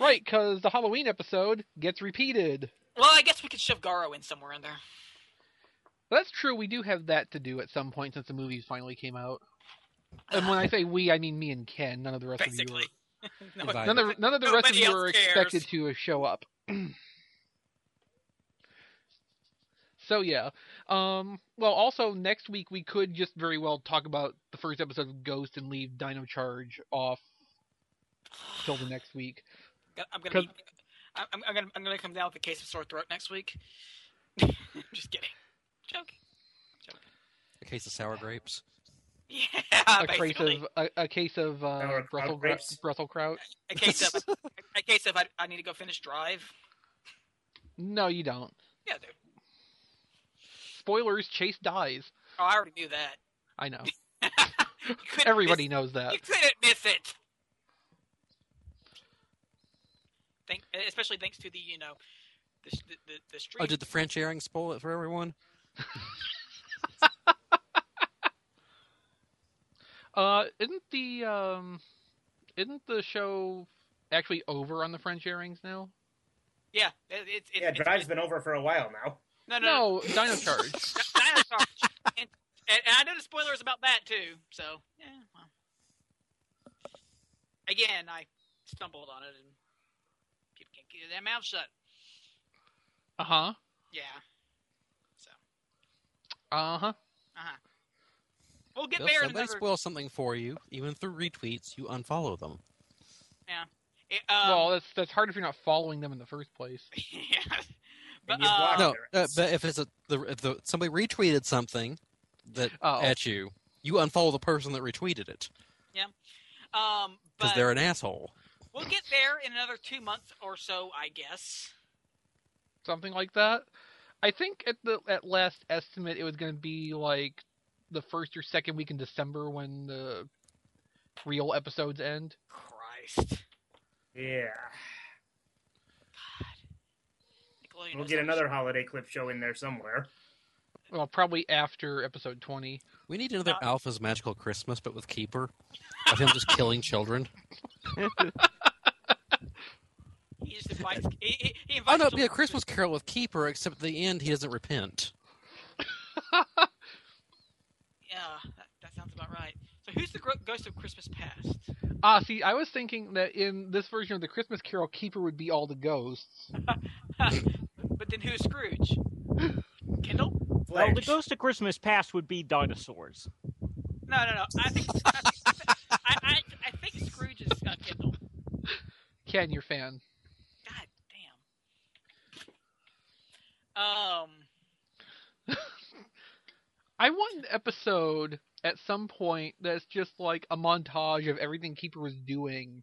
Right, because the Halloween episode gets repeated. one. Well, I guess we could shove Garo in somewhere in there. That's true, we do have that to do at some point since the movies finally came out. And when I say we, I mean me and Ken. None of the rest Basically. No, of Right. you were, none of none of the rest of Nobody you else were cares. expected to show up. so yeah. Um well also next week we could just very well talk about the first episode of Ghost and leave Dino Charge off till the next week. I'm gonna. Could- be- I'm, I'm- I'm gonna. I'm gonna come down with a case of sore throat next week. Just kidding. Joking. a case of sour grapes. Yeah, a case basically. of a, a case of uh, Sauerkraut Brussels, gra- grapes. Brussels kraut. A case of. A case of. I, I need to go finish Drive. No, you don't. Yeah, dude. Spoilers: Chase dies. Oh, I already knew that. I know. You couldn't Everybody miss- knows that. You couldn't miss it. Thank, especially thanks to the you know, the the, the, the stream. Oh, did the French airing spoil it for everyone? Uh, isn't the um, isn't the show actually over on the French airings now? yeah, it, it's it's Yeah, it's- Drive's been over for a while now. no, no, no, No, Dino Charge. dinosaur. and, and, and I know the spoilers about that too. So yeah, well. Again, I stumbled on it, and people can't keep their mouths shut. Uh huh. Yeah, so Uh huh. uh huh. We'll get If there in somebody another. spoils something for you, even through retweets, you unfollow them. It, um, well, that's that's hard if you're not following them in the first place. yeah. But, you block uh, No, their uh, ass. but if it's a the, if the somebody retweeted something that Oh. at you, you unfollow the person that retweeted it um, because but they're an asshole. we'll get there in another two months or so, I guess. something like that. I think at the at last estimate it was going to be like the first or second week in December when the real episodes end. Christ. yeah, Nickelodeon we'll knows get how much- another holiday clip show in there somewhere. Well, probably after episode twenty. We need another Uh, Alpha's Magical Christmas, but with Keeper, of him just killing children. He just invites. He, he, he Oh invites no, it'd them- be a Christmas Carol with Keeper, except at the end he doesn't repent. Yeah, that, that sounds about right. So who's the gro- ghost of Christmas past? Ah, see, I was thinking that in this version of the Christmas Carol, Keeper would be all the ghosts. but then who's Scrooge? Kendall? Well, the Fletch. ghost of Christmas past would be dinosaurs. No, no, no. I think I think, I, I, I think Scrooge is uh, Kendall. Ken, your fan. God damn. Um. I want an episode at some point that's just like a montage of everything Keeper was doing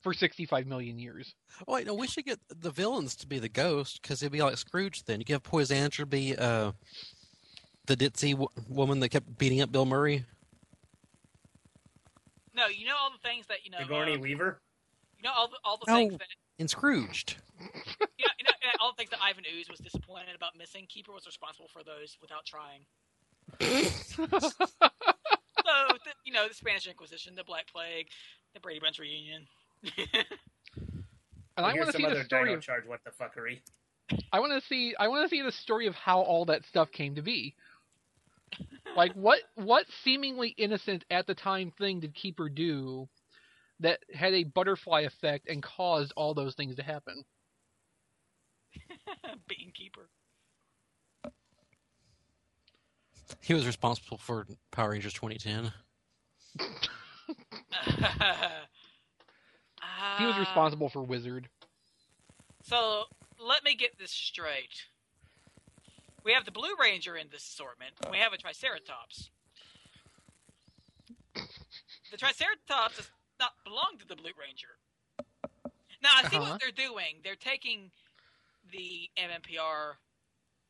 for sixty-five million years. Oh, wait, no, we should get the villains to be the ghost because he'd be like Scrooge. Then you give Poisander to be uh, the ditzy w- woman that kept beating up Bill Murray. No, you know all the things that you know. Sigourney uh, Weaver. you know all the, all the No. things that And Scrooged. you know, you know, all the things that Ivan Ooze was disappointed about missing. Keeper was responsible for those without trying. so th- you know the Spanish Inquisition, the Black Plague, the Brady Bunch reunion. And I Here's want to some see other the story dino of charge. What the fuckery? I want to see. I want to see the story of how all that stuff came to be. Like what? What seemingly innocent at the time thing did Keeper do that had a butterfly effect and caused all those things to happen? Beating Keeper. He was responsible for Power Rangers 2010. He was Ah, responsible for Wizard. So let me get this straight. We have the Blue Ranger in this assortment. We have a Triceratops. The Triceratops does not belong to the Blue Ranger. Now I see Uh-huh. what they're doing. They're taking the MMPR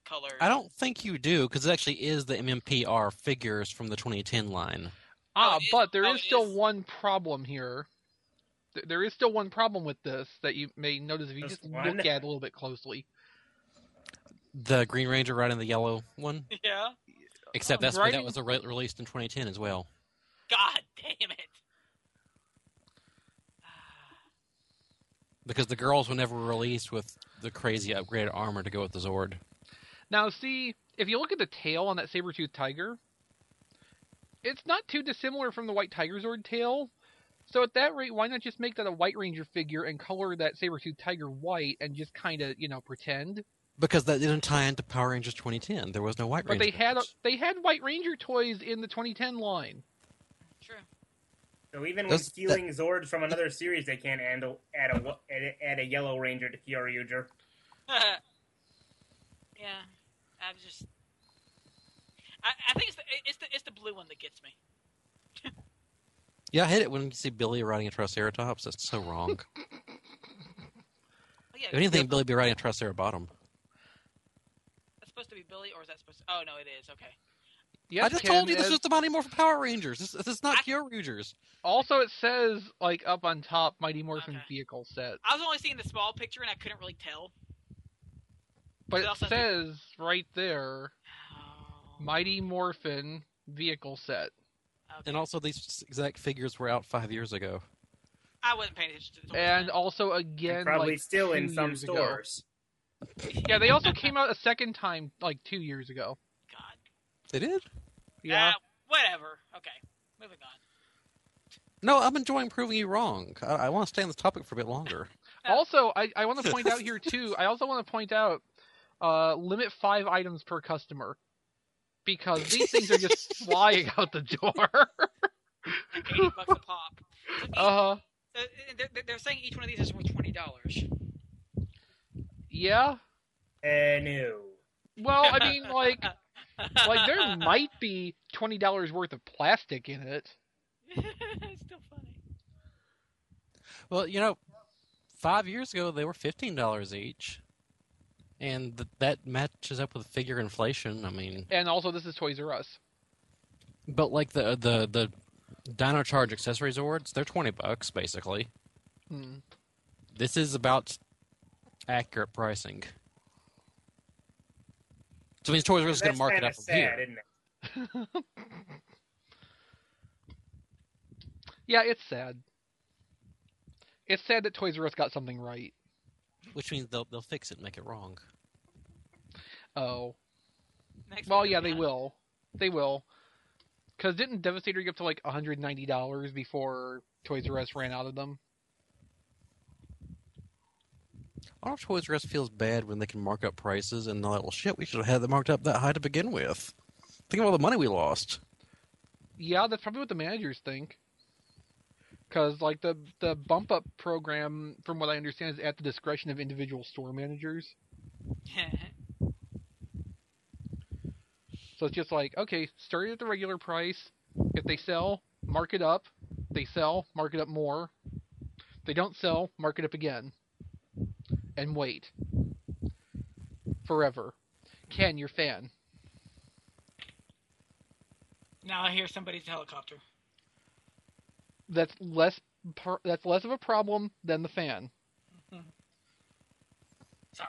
color. I don't think you do because it actually is the MMPR figures from the 2010 line. Ah, it is- but there oh, is it still is. one problem here. Th- There is still one problem with this that you may notice if you Just just one? look at it a little bit closely. The Green Ranger riding the yellow one, Yeah. except Oh, that's why that riding- was re- released in 2010 as well. God damn it. Because the girls were never released with the crazy upgraded armor to go with the Zord. Now, see, if you look at the tail on that saber-toothed tiger, it's not too dissimilar from the White Tiger Zord tail. So at that rate, why not just make that a White Ranger figure and color that saber-toothed tiger white and just kind of, you know, pretend? Because that didn't tie into Power Rangers 2010. There was no White But Ranger. they had figures. they had White Ranger toys in the 2010 line. True. So even when Does- stealing Zords from another series, they can't handle, add a wo- add a, add a Yellow Ranger to Kyoryuger. yeah, I'm just. I, I think it's the, it's the it's the blue one that gets me. Yeah, I hate it when you see Billy riding a Triceratops. That's so wrong. Oh, yeah, if anything, Billy be riding a Triceratobottom. that's supposed to be Billy, or is that supposed? to... Oh no, it is. Okay. Yes, I just Ken, told you this and was the Mighty Morphin Power Rangers. This, this is not I- Kyo Rangers. Also, it says like up on top, Mighty Morphin Okay. vehicle set, I was only seeing the small picture and I couldn't really tell. but It it also- says right there, Mighty Morphin vehicle set. Okay. And also, these exact figures were out five years ago. I wasn't paying attention to the toys And then. also And again, probably like, still in two some years ago. stores. Yeah, they also came out a second time like two years ago. God. They did? Yeah. Ah, whatever. Okay. Moving on. No, I'm enjoying proving you wrong. I, I want to stay on this topic for a bit longer. Also, I, I want to point out here too. I also want to point out uh, limit five items per customer because these things are just flying out the door. Like Eighty bucks a pop. So, uh, Uh, they're, they're- they're saying each one of these is worth twenty dollars. Yeah. Eh, no. Well, I mean, like, like there might be twenty dollars worth of plastic in it. it's still funny. Well, you know, five years ago they were fifteen dollars each, and th- that matches up with figure inflation. I mean, And also, this is Toys R Us. but like the the the Dino Charge accessories awards, they're twenty bucks basically. Hmm. This is about accurate pricing. So means Toys R Us is going to That's mark it kinda up from sad, here. isn't it? Yeah, it's sad. It's sad that Toys R Us got something right. which means they'll they'll fix it, and make it wrong. Oh, Next well, week, yeah, I'll be they honest. will. They will. Because didn't Devastator get up to like one hundred ninety dollars before Toys R Us ran out of them? I don't know if Toys R Us feels bad when they can mark up prices and they're like, well, shit, we should have had them marked up that high to begin with. Think of all the money we lost. Yeah, that's probably what the managers think. Because like the the bump up program, from what I understand, is at the discretion of individual store managers. So it's just like, okay, start it at the regular price. If they sell, mark it up. They sell, mark it up more. If they don't sell, mark it up again. And wait. Forever. Ken, you're fan. now I hear somebody's helicopter. That's less per- that's less of a problem than the fan. Sorry.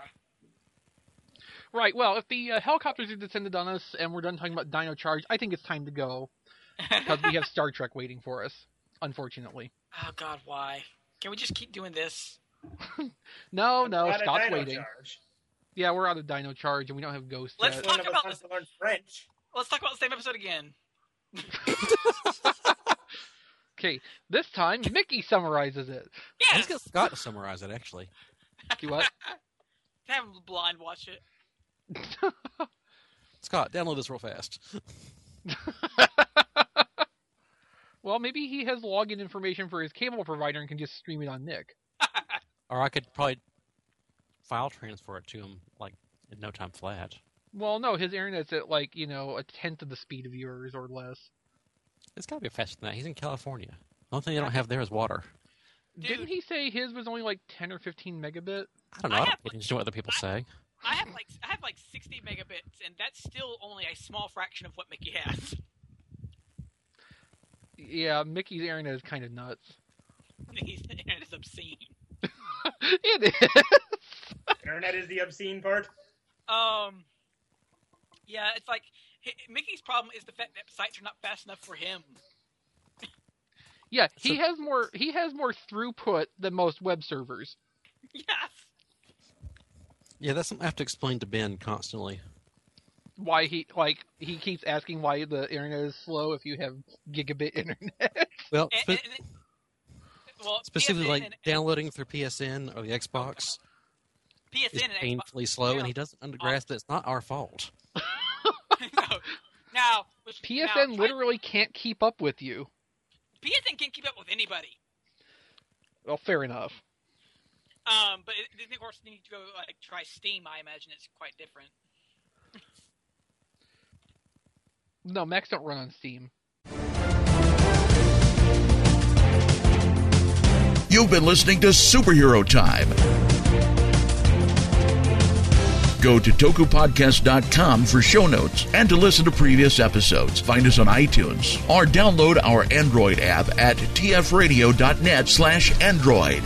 Right. Well, if the uh, helicopters have descended on us and we're done talking about Dino Charge, I think it's time to go because we have Star Trek waiting for us. Unfortunately. oh God, why? Can we just keep doing this? No, Oh, no, Not a stop dino waiting. charge. Yeah, we're out of Dino Charge and we don't have Ghost Let's yet. Talk One of us about wants this- to learn French. Let's talk about the same episode again. Okay, this time Mickey summarizes it. I Yes. Let's get Scott to summarize it, actually. Do what? Have him blind watch it. Scott, download this real fast. well, maybe he has login information for his cable provider and can just stream it on Nick. Or I could probably file transfer it to him, like, in no time flat. Well, no, his internet's at like you know a tenth of the speed of yours or less. It's got to be faster than that. He's in California. The only thing they don't have there is water. Didn't he say his was only like ten or fifteen megabit? I don't know. I, I don't have- pay attention to what other people say. I have like I have like 60 megabits, and that's still only a small fraction of what Mickey has. Yeah, Mickey's internet is kind of nuts. He's it is obscene. it is. Internet is the obscene part. Um, yeah, it's like hi Mickey's problem is the fact that sites are not fast enough for him. Yeah, he has more. He has more throughput than most web servers. Yes. Yeah, that's something I have to explain to Ben constantly. Why he like he keeps asking why the internet is slow if you have gigabit internet. Well, And, spe- and, and- well, specifically, PSN like, and, downloading through PSN or the Xbox is PSN and Xbox. painfully slow, and Yeah. he doesn't under- grasp that it's not our fault. no. Now, which, now, PSN try- literally can't keep up with you. PSN can keep up with anybody. Well, fair enough. Um, but it, then of course you need to go like try Steam. I imagine it's quite different. No, Macs don't run on Steam. You've been listening to Superhero Time. Go to tokupodcast.com for show notes and to listen to previous episodes. Find us on iTunes or download our Android app at tfradio.net slash Android.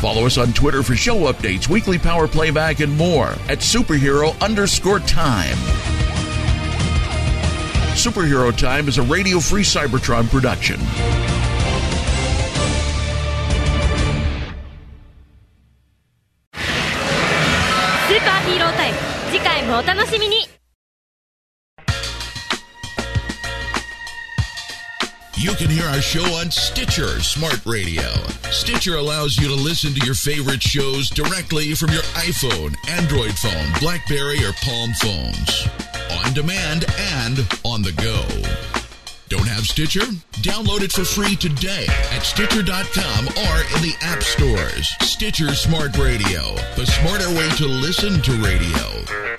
Follow us on Twitter for show updates, weekly power playback, and more at superhero underscore time. Superhero Time is a radio free Cybertron production. スーパーヒーロータイム次回もお楽しみに You can hear our show on Stitcher Smart Radio. Stitcher allows you to listen to your favorite shows directly from your iPhone, Android phone, Blackberry, or Palm phones. On demand and on the go. Don't have have Stitcher? Download it for free today at Stitcher.com or in the app stores. Stitcher Smart Radio, the smarter way to listen to radio.